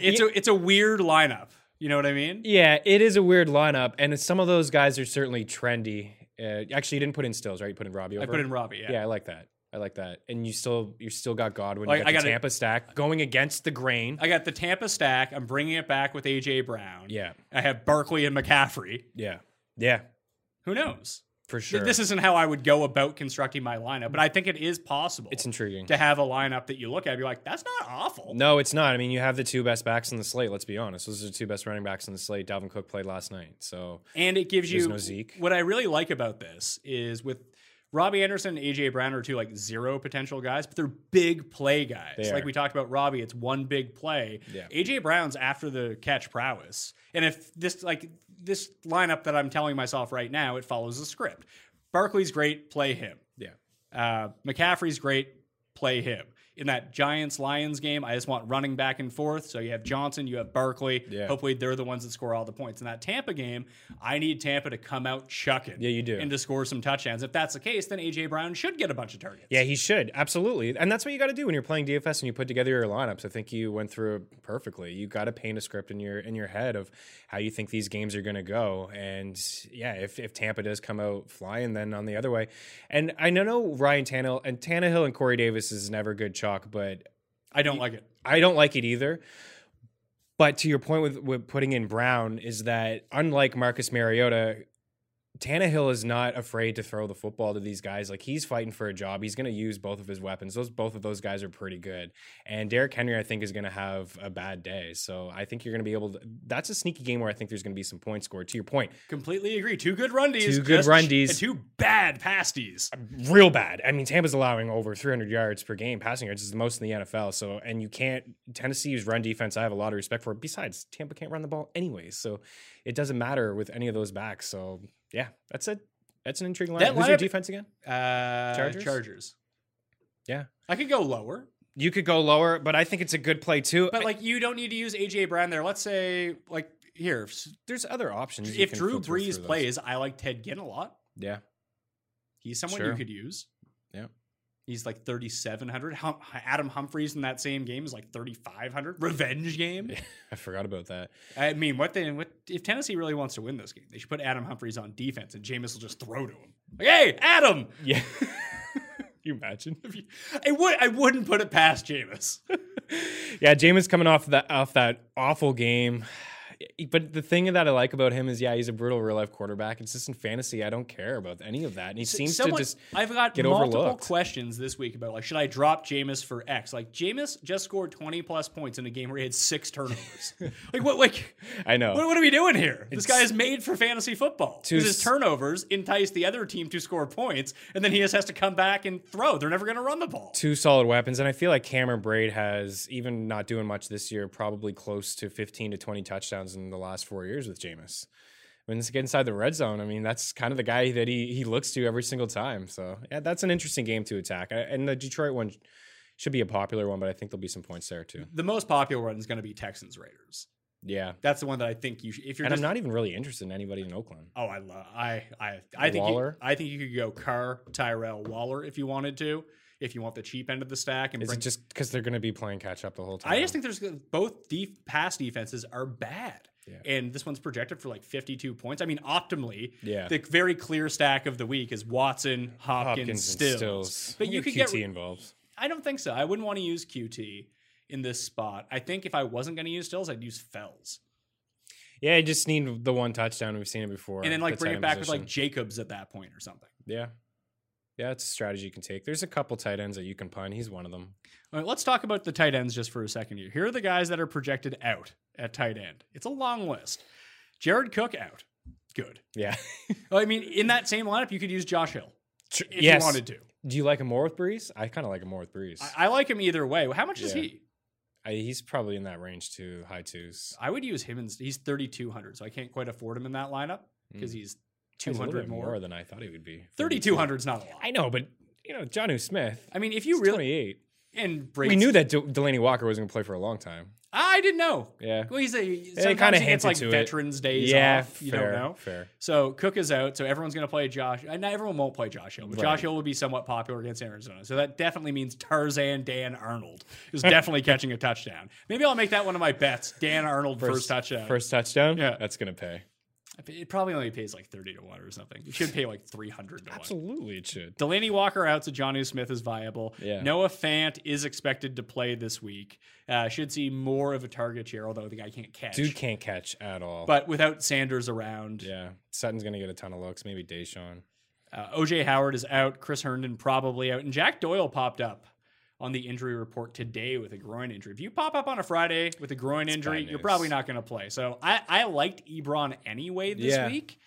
[SPEAKER 3] it's a it's a weird lineup. You know what I mean?
[SPEAKER 4] Yeah, it is a weird lineup, and it's- some of those guys are certainly trendy. Uh, actually, you didn't put in Stills, right? You put in Robbie. Over.
[SPEAKER 3] I put in Robbie.
[SPEAKER 4] Yeah. I like that. I like that. And you still, you still got Godwin.
[SPEAKER 3] Like,
[SPEAKER 4] you got
[SPEAKER 3] I
[SPEAKER 4] the
[SPEAKER 3] gotta-
[SPEAKER 4] Tampa stack going against the grain.
[SPEAKER 3] I got the Tampa stack. I'm bringing it back with AJ Brown.
[SPEAKER 4] yeah,
[SPEAKER 3] I have Barkley and McCaffrey.
[SPEAKER 4] yeah, yeah,
[SPEAKER 3] Who knows?
[SPEAKER 4] for
[SPEAKER 3] Th-
[SPEAKER 4] sure.
[SPEAKER 3] This isn't how I would go about constructing my lineup, but I think it is possible
[SPEAKER 4] it's intriguing.
[SPEAKER 3] to have a lineup that you look at and be like, that's not awful.
[SPEAKER 4] No, it's not. I mean, you have the two best backs in the slate. Let's be honest; those are the two best running backs in the slate. Dalvin Cook played last night, so
[SPEAKER 3] And it gives
[SPEAKER 4] There's
[SPEAKER 3] you
[SPEAKER 4] no Zeke.
[SPEAKER 3] what I really like about this is with Robbie Anderson and AJ Brown are two like zero potential guys, but they're big play guys.
[SPEAKER 4] They
[SPEAKER 3] like
[SPEAKER 4] are.
[SPEAKER 3] we talked about Robbie, it's one big play.
[SPEAKER 4] Yeah.
[SPEAKER 3] AJ Brown's after the catch prowess. And if this like this lineup that I'm telling myself right now, it follows the script. Barkley's great, play him.
[SPEAKER 4] yeah.
[SPEAKER 3] Uh, McCaffrey's great. Play him. In that Giants Lions game, I just want running back and forth. So you have Johnson, you have Barkley.
[SPEAKER 4] Yeah.
[SPEAKER 3] Hopefully they're the ones that score all the points. In that Tampa game, I need Tampa to come out chucking.
[SPEAKER 4] Yeah, you do.
[SPEAKER 3] And to score some touchdowns. If that's the case, then AJ Brown should get a bunch of targets.
[SPEAKER 4] Yeah, he should absolutely, and that's what you got to do when you're playing DFS and you put together your lineups. I think you went through it perfectly. You got to paint a script in your in your head of how you think these games are going to go, and yeah, if, if Tampa does come out flying, then on the other way, and I know- know Ryan Tannehill and Tannehill and Corey Davis is never good chalk, but
[SPEAKER 3] I don't like it.
[SPEAKER 4] I don't like it either. But to your point with, with putting in Brown is that unlike Marcus Mariota, Tannehill is not afraid to throw the football to these guys. Like he's fighting for a job. He's going to use both of his weapons. Those both of those guys are pretty good. And Derrick Henry, I think, is going to have a bad day. So I think you're going to be able to. That's a sneaky game where I think there's going to be some points scored. To your point,
[SPEAKER 3] Completely agree. Two good rundies.
[SPEAKER 4] Two good
[SPEAKER 3] just-
[SPEAKER 4] rundies.
[SPEAKER 3] And two bad pasties.
[SPEAKER 4] real bad. I mean, Tampa's allowing over 300 yards per game passing yards is the most in the NFL. So, and you can't Tennessee's run defense. I have a lot of respect for. Besides, Tampa can't run the ball anyways, so it doesn't matter with any of those backs. So, yeah, that's it. That's an intriguing
[SPEAKER 3] That
[SPEAKER 4] lineup. Who's your
[SPEAKER 3] lineup-
[SPEAKER 4] defense again?
[SPEAKER 3] Uh,
[SPEAKER 4] Chargers?
[SPEAKER 3] Chargers.
[SPEAKER 4] Yeah.
[SPEAKER 3] I could go lower.
[SPEAKER 4] You could go lower, but I think it's a good play too.
[SPEAKER 3] But like you don't need to use AJ Brown there. Let's say like here, if-
[SPEAKER 4] there's other options. you
[SPEAKER 3] if
[SPEAKER 4] can
[SPEAKER 3] Drew
[SPEAKER 4] filter
[SPEAKER 3] Brees
[SPEAKER 4] through those.
[SPEAKER 3] plays, I like Ted Ginn a lot.
[SPEAKER 4] yeah,
[SPEAKER 3] He's someone you
[SPEAKER 4] Sure.
[SPEAKER 3] could use.
[SPEAKER 4] Yeah.
[SPEAKER 3] He's like 3,700. Hum- Adam Humphreys in that same game is like 3,500. Revenge game.
[SPEAKER 4] I forgot about that.
[SPEAKER 3] I mean, what they, what, if Tennessee really wants to win this game, they should put Adam Humphreys on defense and Jameis will just throw to him. Like, hey, Adam!
[SPEAKER 4] Yeah, (laughs) Can you imagine.
[SPEAKER 3] I, would, I wouldn't put it past
[SPEAKER 4] (laughs)
[SPEAKER 3] Jameis.
[SPEAKER 4] Yeah, Jameis coming off that off that awful game. But the thing that I like about him is, yeah, he's a brutal real life quarterback. It's just in fantasy, I don't care about any of that. And he seems
[SPEAKER 3] Someone-
[SPEAKER 4] to just
[SPEAKER 3] I've got
[SPEAKER 4] get
[SPEAKER 3] multiple
[SPEAKER 4] overlooked.
[SPEAKER 3] questions this week about like, should I drop Jameis for X? Like, Jameis just scored 20 plus points in a game where he had six
[SPEAKER 4] (laughs)
[SPEAKER 3] turnovers. like, what, like,
[SPEAKER 4] I know.
[SPEAKER 3] What, what are we doing here?
[SPEAKER 4] It's-
[SPEAKER 3] this guy is made for fantasy football.
[SPEAKER 4] To
[SPEAKER 3] Because his
[SPEAKER 4] s-
[SPEAKER 3] turnovers entice the other team to score points, and then he just has to come back and throw. They're never going to run the ball.
[SPEAKER 4] Two solid weapons, and I feel like Cameron Braid has, even not doing much this year, probably close to 15 to 20 touchdowns in the last four years with Jameis. When it's inside the red zone, I mean, that's kind of the guy that he he looks to every single time. So yeah, that's an interesting game to attack. I- And the Detroit one
[SPEAKER 3] Mm-hmm.
[SPEAKER 4] should be a popular one, but I think there'll be some points there too.
[SPEAKER 3] The most popular one is going to be Texans Raiders.
[SPEAKER 4] Yeah.
[SPEAKER 3] That's the one that I think you. Should, if you're
[SPEAKER 4] And I'm
[SPEAKER 3] just,
[SPEAKER 4] not even really interested in anybody in Oakland.
[SPEAKER 3] oh, I love. I I I think you,
[SPEAKER 4] Waller?
[SPEAKER 3] I think you could go Kerr, Tyrell, Waller if you wanted to. If you want the cheap end of the stack and
[SPEAKER 4] Is
[SPEAKER 3] bring
[SPEAKER 4] it just because they're going to be playing catch up the whole time?
[SPEAKER 3] I just think there's both def- pass defenses are bad.
[SPEAKER 4] Yeah.
[SPEAKER 3] And this one's projected for like 52 points. I mean, optimally,
[SPEAKER 4] Yeah.
[SPEAKER 3] the very clear stack of the week is Watson, Hopkins,
[SPEAKER 4] Hopkins and
[SPEAKER 3] Stills. But you
[SPEAKER 4] Get
[SPEAKER 3] could
[SPEAKER 4] QT
[SPEAKER 3] get. re-
[SPEAKER 4] involved.
[SPEAKER 3] I don't think so. I wouldn't want to use QT in this spot. I think if I wasn't going to use Stills, I'd use Fells,
[SPEAKER 4] Yeah, you just need the one touchdown. We've seen it before.
[SPEAKER 3] and then like
[SPEAKER 4] the
[SPEAKER 3] bring
[SPEAKER 4] tight
[SPEAKER 3] it
[SPEAKER 4] end
[SPEAKER 3] back with
[SPEAKER 4] position.
[SPEAKER 3] like Jacobs at that point or something.
[SPEAKER 4] yeah, yeah. It's a strategy you can take. There's a couple tight ends that you can punt. He's one of them.
[SPEAKER 3] All right, let's talk about the tight ends just for a second here. Here are the guys that are projected out at tight end. It's a long list. Jared Cook out. Good.
[SPEAKER 4] Yeah. (laughs)
[SPEAKER 3] Well, I mean, in that same lineup, you could use Josh Hill if
[SPEAKER 4] yes.
[SPEAKER 3] you wanted to.
[SPEAKER 4] Do you like him more with Breeze? I kind of like him more with Breeze.
[SPEAKER 3] I, I like him either way. How much is
[SPEAKER 4] Yeah.
[SPEAKER 3] he?
[SPEAKER 4] I, he's probably in that range too, high twos.
[SPEAKER 3] I would use him, and he's thirty two hundred, so I can't quite afford him in that lineup because he's two
[SPEAKER 4] Mm. He's a little
[SPEAKER 3] hundred
[SPEAKER 4] bit
[SPEAKER 3] more.
[SPEAKER 4] more than I thought he would be.
[SPEAKER 3] thirty two hundred's not a lot.
[SPEAKER 4] I know, but you know, Johnu Smith.
[SPEAKER 3] I mean, if
[SPEAKER 4] He's
[SPEAKER 3] you really
[SPEAKER 4] 28.
[SPEAKER 3] and
[SPEAKER 4] We knew that De- Delaney Walker was going to play for a long time.
[SPEAKER 3] I didn't know.
[SPEAKER 4] Yeah.
[SPEAKER 3] Well, he's a
[SPEAKER 4] They
[SPEAKER 3] sometimes
[SPEAKER 4] kinda
[SPEAKER 3] he gets
[SPEAKER 4] hinted
[SPEAKER 3] like
[SPEAKER 4] to it.
[SPEAKER 3] Veterans Days
[SPEAKER 4] Yeah,
[SPEAKER 3] off. You
[SPEAKER 4] fair,
[SPEAKER 3] don't know.
[SPEAKER 4] fair.
[SPEAKER 3] So Cook is out, so everyone's going to play Josh. And not everyone won't play Josh Hill, but Josh
[SPEAKER 4] Right.
[SPEAKER 3] Hill will be somewhat popular against Arizona. So that definitely means Tarzan Dan Arnold is
[SPEAKER 4] (laughs)
[SPEAKER 3] definitely catching a touchdown. Maybe I'll make that one of my bets. Dan Arnold first, touchdown.
[SPEAKER 4] First touchdown.
[SPEAKER 3] Yeah.
[SPEAKER 4] That's going to pay.
[SPEAKER 3] It probably only pays like thirty to one or something. It should pay like three hundred to one.
[SPEAKER 4] Absolutely, it should.
[SPEAKER 3] Delaney Walker out to Johnny Smith is viable.
[SPEAKER 4] Yeah.
[SPEAKER 3] Noah Fant is expected to play this week. Uh, should see more of a target share, although the guy can't catch.
[SPEAKER 4] Dude can't catch at all.
[SPEAKER 3] but without Sanders around,
[SPEAKER 4] yeah, Sutton's going to get a ton of looks. Maybe Deshaun.
[SPEAKER 3] uh, OJ Howard is out. Chris Herndon probably out, and Jack Doyle popped up on the injury report today with a groin injury. If you pop up on a Friday with a groin injury,
[SPEAKER 4] bad
[SPEAKER 3] you're
[SPEAKER 4] news.
[SPEAKER 3] probably not going to play. So I, I liked Ebron anyway this
[SPEAKER 4] Yeah.
[SPEAKER 3] week.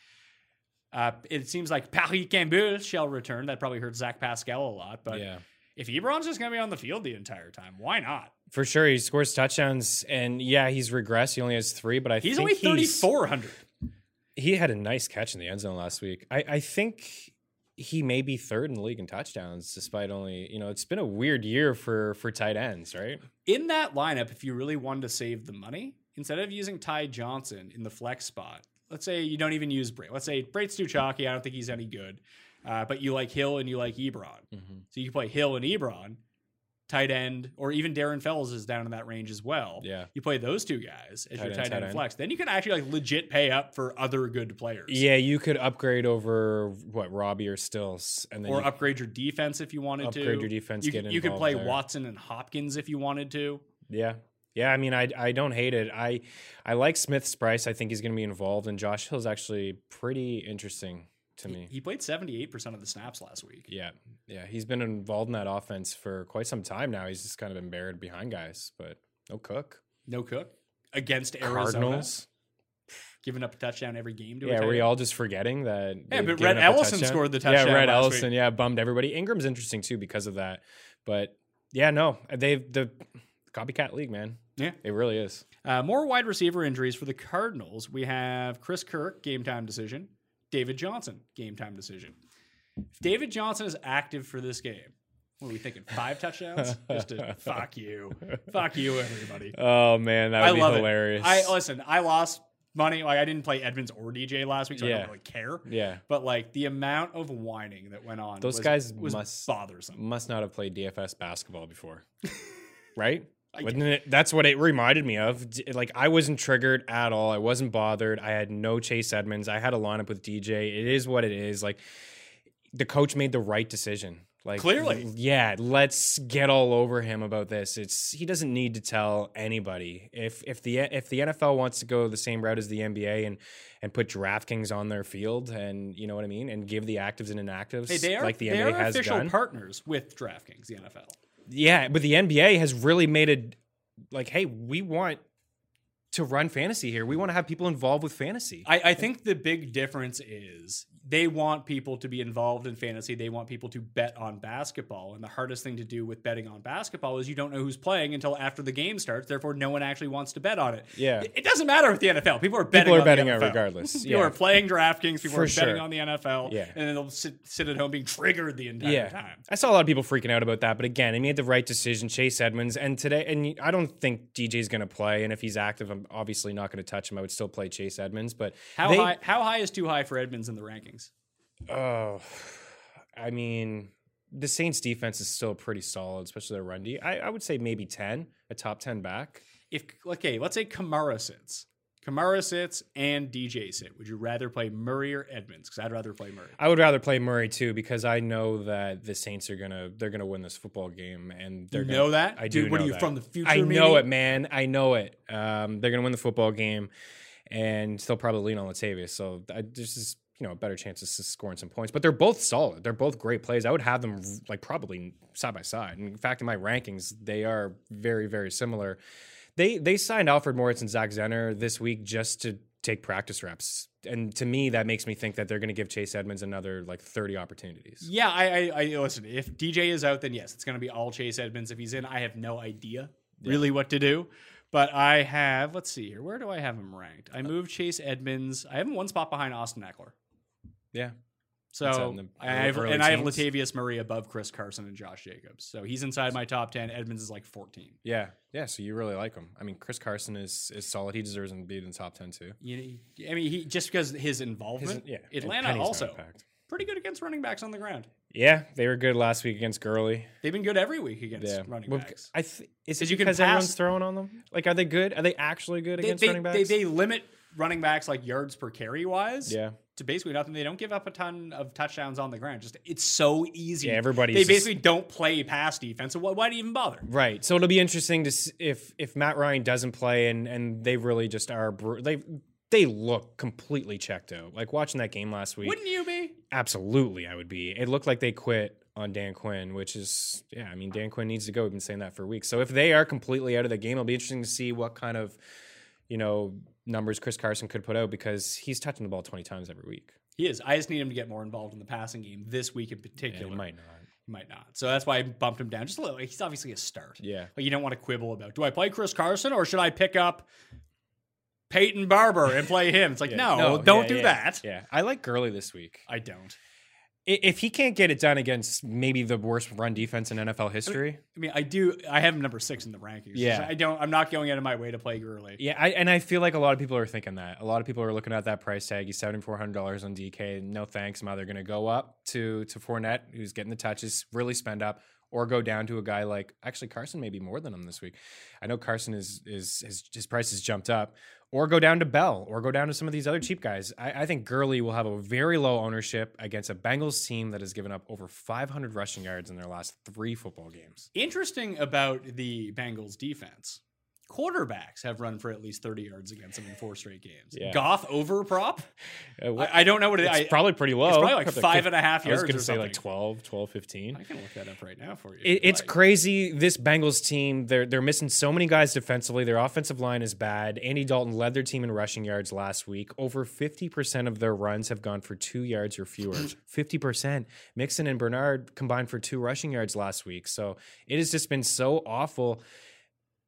[SPEAKER 3] Uh, it seems like Paris Campbell shall return. That probably hurt Zach Pascal a lot, but
[SPEAKER 4] yeah,
[SPEAKER 3] if Ebron's just going to be on the field the entire time, why not?
[SPEAKER 4] for sure. He scores touchdowns, and yeah, he's regressed. He only has three, but I
[SPEAKER 3] He's
[SPEAKER 4] think
[SPEAKER 3] only 3,400.
[SPEAKER 4] He had a nice catch in the end zone last week. I, I think he may be third in the league in touchdowns, despite only you know it's been a weird year for for tight ends, right?
[SPEAKER 3] In that lineup, if you really wanted to save the money, instead of using Ty Johnson in the flex spot, let's say you don't even use Bray. Let's say Brait's too chalky. I don't think he's any good. Uh, but you like Hill and you like Ebron.
[SPEAKER 4] Mm-hmm.
[SPEAKER 3] So you can play Hill and Ebron, tight end, or even Darren Fells is down in that range as well.
[SPEAKER 4] Yeah.
[SPEAKER 3] You play those two guys as
[SPEAKER 4] Tight
[SPEAKER 3] your
[SPEAKER 4] end,
[SPEAKER 3] tight end,
[SPEAKER 4] tight end.
[SPEAKER 3] flex. Then you can actually like legit pay up for other good players.
[SPEAKER 4] Yeah, you could upgrade over what Robbie or Stills, and then
[SPEAKER 3] or
[SPEAKER 4] you-
[SPEAKER 3] upgrade your defense if you wanted to.
[SPEAKER 4] Upgrade your defense,
[SPEAKER 3] You,
[SPEAKER 4] get
[SPEAKER 3] could- you could
[SPEAKER 4] involved
[SPEAKER 3] play
[SPEAKER 4] there.
[SPEAKER 3] Watson and Hopkins if you wanted to.
[SPEAKER 4] Yeah. Yeah, I mean, I I don't hate it. I I like Smith's price. I think he's going to be involved, and Josh Hill's actually pretty interesting to me.
[SPEAKER 3] He played seventy eight percent of the snaps last week.
[SPEAKER 4] yeah, yeah, he's been involved in that offense for quite some time now. He's just kind of been buried behind guys, but no Cook.
[SPEAKER 3] No Cook against Arizona,
[SPEAKER 4] Cardinals.
[SPEAKER 3] giving up a touchdown every game. To a
[SPEAKER 4] Yeah,
[SPEAKER 3] tight
[SPEAKER 4] were you
[SPEAKER 3] end.
[SPEAKER 4] all just forgetting that? they've
[SPEAKER 3] but
[SPEAKER 4] given
[SPEAKER 3] Red
[SPEAKER 4] up a
[SPEAKER 3] Ellison scored the touchdown
[SPEAKER 4] Yeah, Red
[SPEAKER 3] last
[SPEAKER 4] Ellison.
[SPEAKER 3] week.
[SPEAKER 4] Yeah, bummed everybody. Ingram's interesting too because of that. But yeah, no, they've the copycat league, man.
[SPEAKER 3] Yeah.
[SPEAKER 4] it really is.
[SPEAKER 3] Uh, more wide receiver injuries for the Cardinals. We have Chris Kirk game time decision, David Johnson game time decision. If David Johnson is active for this game, what are we thinking? Five
[SPEAKER 4] (laughs)
[SPEAKER 3] touchdowns? Just to fuck you, fuck you, everybody.
[SPEAKER 4] Oh man, that would
[SPEAKER 3] I
[SPEAKER 4] be
[SPEAKER 3] love
[SPEAKER 4] hilarious.
[SPEAKER 3] it. I listen. I lost money. Like I didn't play Edmonds or DJ last week, so I
[SPEAKER 4] Yeah.
[SPEAKER 3] don't really care.
[SPEAKER 4] yeah.
[SPEAKER 3] But like the amount of whining that went on,
[SPEAKER 4] Those
[SPEAKER 3] was-
[SPEAKER 4] guys
[SPEAKER 3] was
[SPEAKER 4] must-
[SPEAKER 3] bothersome.
[SPEAKER 4] must not have played DFS basketball
[SPEAKER 3] (laughs)
[SPEAKER 4] before, right? Wasn't it, that's what it reminded me of. D- Like I wasn't triggered at all. I wasn't bothered. I had no Chase Edmonds. I had a lineup with DJ. It is what it is. Like the coach made the right decision. Like
[SPEAKER 3] Clearly.
[SPEAKER 4] l- yeah. Let's get all over him about this. It's he doesn't need to tell anybody. If if the if the NFL wants to go the same route as the NBA and and put DraftKings on their field and you know what I mean and give the actives and inactives
[SPEAKER 3] Hey, they are
[SPEAKER 4] like the
[SPEAKER 3] they
[SPEAKER 4] NBA
[SPEAKER 3] are
[SPEAKER 4] has
[SPEAKER 3] official
[SPEAKER 4] done.
[SPEAKER 3] partners with DraftKings, the NFL.
[SPEAKER 4] Yeah, but the NBA has really made it like, hey, we want to run fantasy here. We want to have people involved with fantasy.
[SPEAKER 3] I, I think the big difference is they want people to be involved in fantasy. They want people to bet on basketball. And the hardest thing to do with betting on basketball is you don't know who's playing until after the game starts. Therefore, no one actually wants to bet on it.
[SPEAKER 4] Yeah.
[SPEAKER 3] It doesn't matter with the NFL. People are betting on
[SPEAKER 4] are
[SPEAKER 3] the
[SPEAKER 4] betting on it
[SPEAKER 3] NFL. (laughs)
[SPEAKER 4] regardless.
[SPEAKER 3] people
[SPEAKER 4] Yeah.
[SPEAKER 3] are playing DraftKings. People
[SPEAKER 4] For
[SPEAKER 3] are betting
[SPEAKER 4] sure.
[SPEAKER 3] on the NFL.
[SPEAKER 4] Yeah.
[SPEAKER 3] And then they'll sit, sit at home being triggered the entire
[SPEAKER 4] yeah,
[SPEAKER 3] time.
[SPEAKER 4] I saw a lot of people freaking out about that, but again, he made the right decision. Chase Edmonds, and today, and I don't think DJ's going to play, and if he's active, i I'm obviously not going to touch him. I would still play Chase Edmonds, but
[SPEAKER 3] How
[SPEAKER 4] they-
[SPEAKER 3] high? How high is too high for Edmonds in the rankings?
[SPEAKER 4] Oh, I mean, the Saints defense is still pretty solid, especially their run D. I, I would say maybe 10, a top 10 back.
[SPEAKER 3] If okay, let's say Kamara sits. Kamara sits and DJ sit. Would you rather play Murray or Edmonds? Because I'd rather play Murray.
[SPEAKER 4] I would rather play Murray too because I know that the Saints are gonna they're gonna win this football game and they're
[SPEAKER 3] You
[SPEAKER 4] gonna,
[SPEAKER 3] know that?
[SPEAKER 4] I
[SPEAKER 3] Dude,
[SPEAKER 4] do.
[SPEAKER 3] what are
[SPEAKER 4] know
[SPEAKER 3] you,
[SPEAKER 4] that.
[SPEAKER 3] from the future,
[SPEAKER 4] I know
[SPEAKER 3] maybe?
[SPEAKER 4] it, man. I know it. Um, they're gonna win the football game, and they'll probably lean on Latavius. So I, there's just you know better chances of scoring some points. But they're both solid. They're both great plays. I would have them like probably side by side. In fact, in my rankings, they are very very similar. They they signed Alfred Moritz and Zach Zenner this week just to take practice reps. And to me, that makes me think that they're going to give Chase Edmonds another like 30 opportunities.
[SPEAKER 3] Yeah, I, I, I listen. If DJ is out, then yes, it's going to be all Chase Edmonds. If he's in, I have no idea really what to do. But I have. Let's see here. Where do I have him ranked? I moved Chase Edmonds. I have him one spot behind Austin Eckler.
[SPEAKER 4] Yeah. out
[SPEAKER 3] So
[SPEAKER 4] in the
[SPEAKER 3] I have,
[SPEAKER 4] early
[SPEAKER 3] and I have
[SPEAKER 4] teens.
[SPEAKER 3] Latavius Murray above Chris Carson and Josh Jacobs. So he's inside my top ten. Edmonds is like fourteen.
[SPEAKER 4] Yeah. Yeah. So you really like him. I mean, Chris Carson is is solid. He deserves to be in the top 10 too.
[SPEAKER 3] You, I mean, he just because his
[SPEAKER 4] His-
[SPEAKER 3] involvement.
[SPEAKER 4] yeah. and
[SPEAKER 3] Atlanta
[SPEAKER 4] Penny's not
[SPEAKER 3] also
[SPEAKER 4] packed.
[SPEAKER 3] pretty good against running backs on the ground.
[SPEAKER 4] Yeah. They were good last week against Gurley.
[SPEAKER 3] They've been good every week against
[SPEAKER 4] Yeah.
[SPEAKER 3] running
[SPEAKER 4] Well,
[SPEAKER 3] backs.
[SPEAKER 4] I th- is
[SPEAKER 3] 'Cause
[SPEAKER 4] it
[SPEAKER 3] you can
[SPEAKER 4] because everyone's
[SPEAKER 3] pass-
[SPEAKER 4] throwing on them? Like, are they good? Are they actually good
[SPEAKER 3] they,
[SPEAKER 4] against
[SPEAKER 3] they,
[SPEAKER 4] running
[SPEAKER 3] they,
[SPEAKER 4] backs?
[SPEAKER 3] they limit running backs like yards per carry wise
[SPEAKER 4] yeah.
[SPEAKER 3] to basically nothing. They don't give up a ton of touchdowns on the ground. Just it's so easy.
[SPEAKER 4] Yeah, everybody's
[SPEAKER 3] they
[SPEAKER 4] just-
[SPEAKER 3] basically don't play pass defense. So why, why do you even bother?
[SPEAKER 4] Right. So it'll be interesting to see if if Matt Ryan doesn't play and and they really just are bru- they they look completely checked out. Like watching that game last week,
[SPEAKER 3] Wouldn't you be?
[SPEAKER 4] absolutely I would be. It looked like they quit on Dan Quinn, which is yeah, I mean Dan Quinn needs to go. We've been saying that for weeks. So if they are completely out of the game, it'll be interesting to see what kind of you know numbers Chris Carson could put out because he's touching the ball 20 times every week.
[SPEAKER 3] He is. I just need him to get more involved in the passing game this week in
[SPEAKER 4] And
[SPEAKER 3] particular.
[SPEAKER 4] he might not.
[SPEAKER 3] He might not. So that's why I bumped him down just a little. He's obviously a start.
[SPEAKER 4] Yeah.
[SPEAKER 3] But you don't want to quibble about do I play Chris Carson or should I pick up Peyton Barber and play him? It's like, no, don't
[SPEAKER 4] yeah,
[SPEAKER 3] do
[SPEAKER 4] yeah.
[SPEAKER 3] that.
[SPEAKER 4] Yeah. I like Gurley this week.
[SPEAKER 3] I don't.
[SPEAKER 4] I- If he can't get it done against maybe the worst run defense in NFL history,
[SPEAKER 3] I mean, I do. I have him number six in the rankings.
[SPEAKER 4] Yeah.
[SPEAKER 3] I don't. I'm not going out of my way to play Gurley.
[SPEAKER 4] yeah, I, and I feel like a lot of people are thinking that. A lot of people are looking at that price tag. He's seventy four hundred dollars on DK. No thanks. I'm either going to go up to to Fournette, who's getting the touches, really spend up, or go down to a guy like actually Carson, maybe more than him this week. I know Carson is is his his price has jumped up, or go down to Bell, or go down to some of these other cheap guys. I, I think Gurley will have a very low ownership against a Bengals team that has given up over five hundred rushing yards in their last three football games.
[SPEAKER 3] Interesting about the Bengals defense. Quarterbacks have run for at least 30 yards against them in four straight games.
[SPEAKER 4] Yeah.
[SPEAKER 3] Goff over prop.
[SPEAKER 4] Uh, what-
[SPEAKER 3] I, I don't know what it is.
[SPEAKER 4] it's
[SPEAKER 3] I,
[SPEAKER 4] probably pretty low.
[SPEAKER 3] probably like five and a half
[SPEAKER 4] I was
[SPEAKER 3] yards
[SPEAKER 4] gonna
[SPEAKER 3] or
[SPEAKER 4] say like
[SPEAKER 3] something.
[SPEAKER 4] 12, 12, 15.
[SPEAKER 3] I can look that up right now for you. if
[SPEAKER 4] It,
[SPEAKER 3] you'd
[SPEAKER 4] it's
[SPEAKER 3] like.
[SPEAKER 4] crazy. This Bengals team, they're they're missing so many guys defensively. Their offensive line is bad. Andy Dalton led their team in rushing yards last week. Over 50% of their runs have gone for two yards
[SPEAKER 3] (clears throat)
[SPEAKER 4] or fewer. 50%. Mixon and Bernard combined for two rushing yards last week. So it has just been so awful.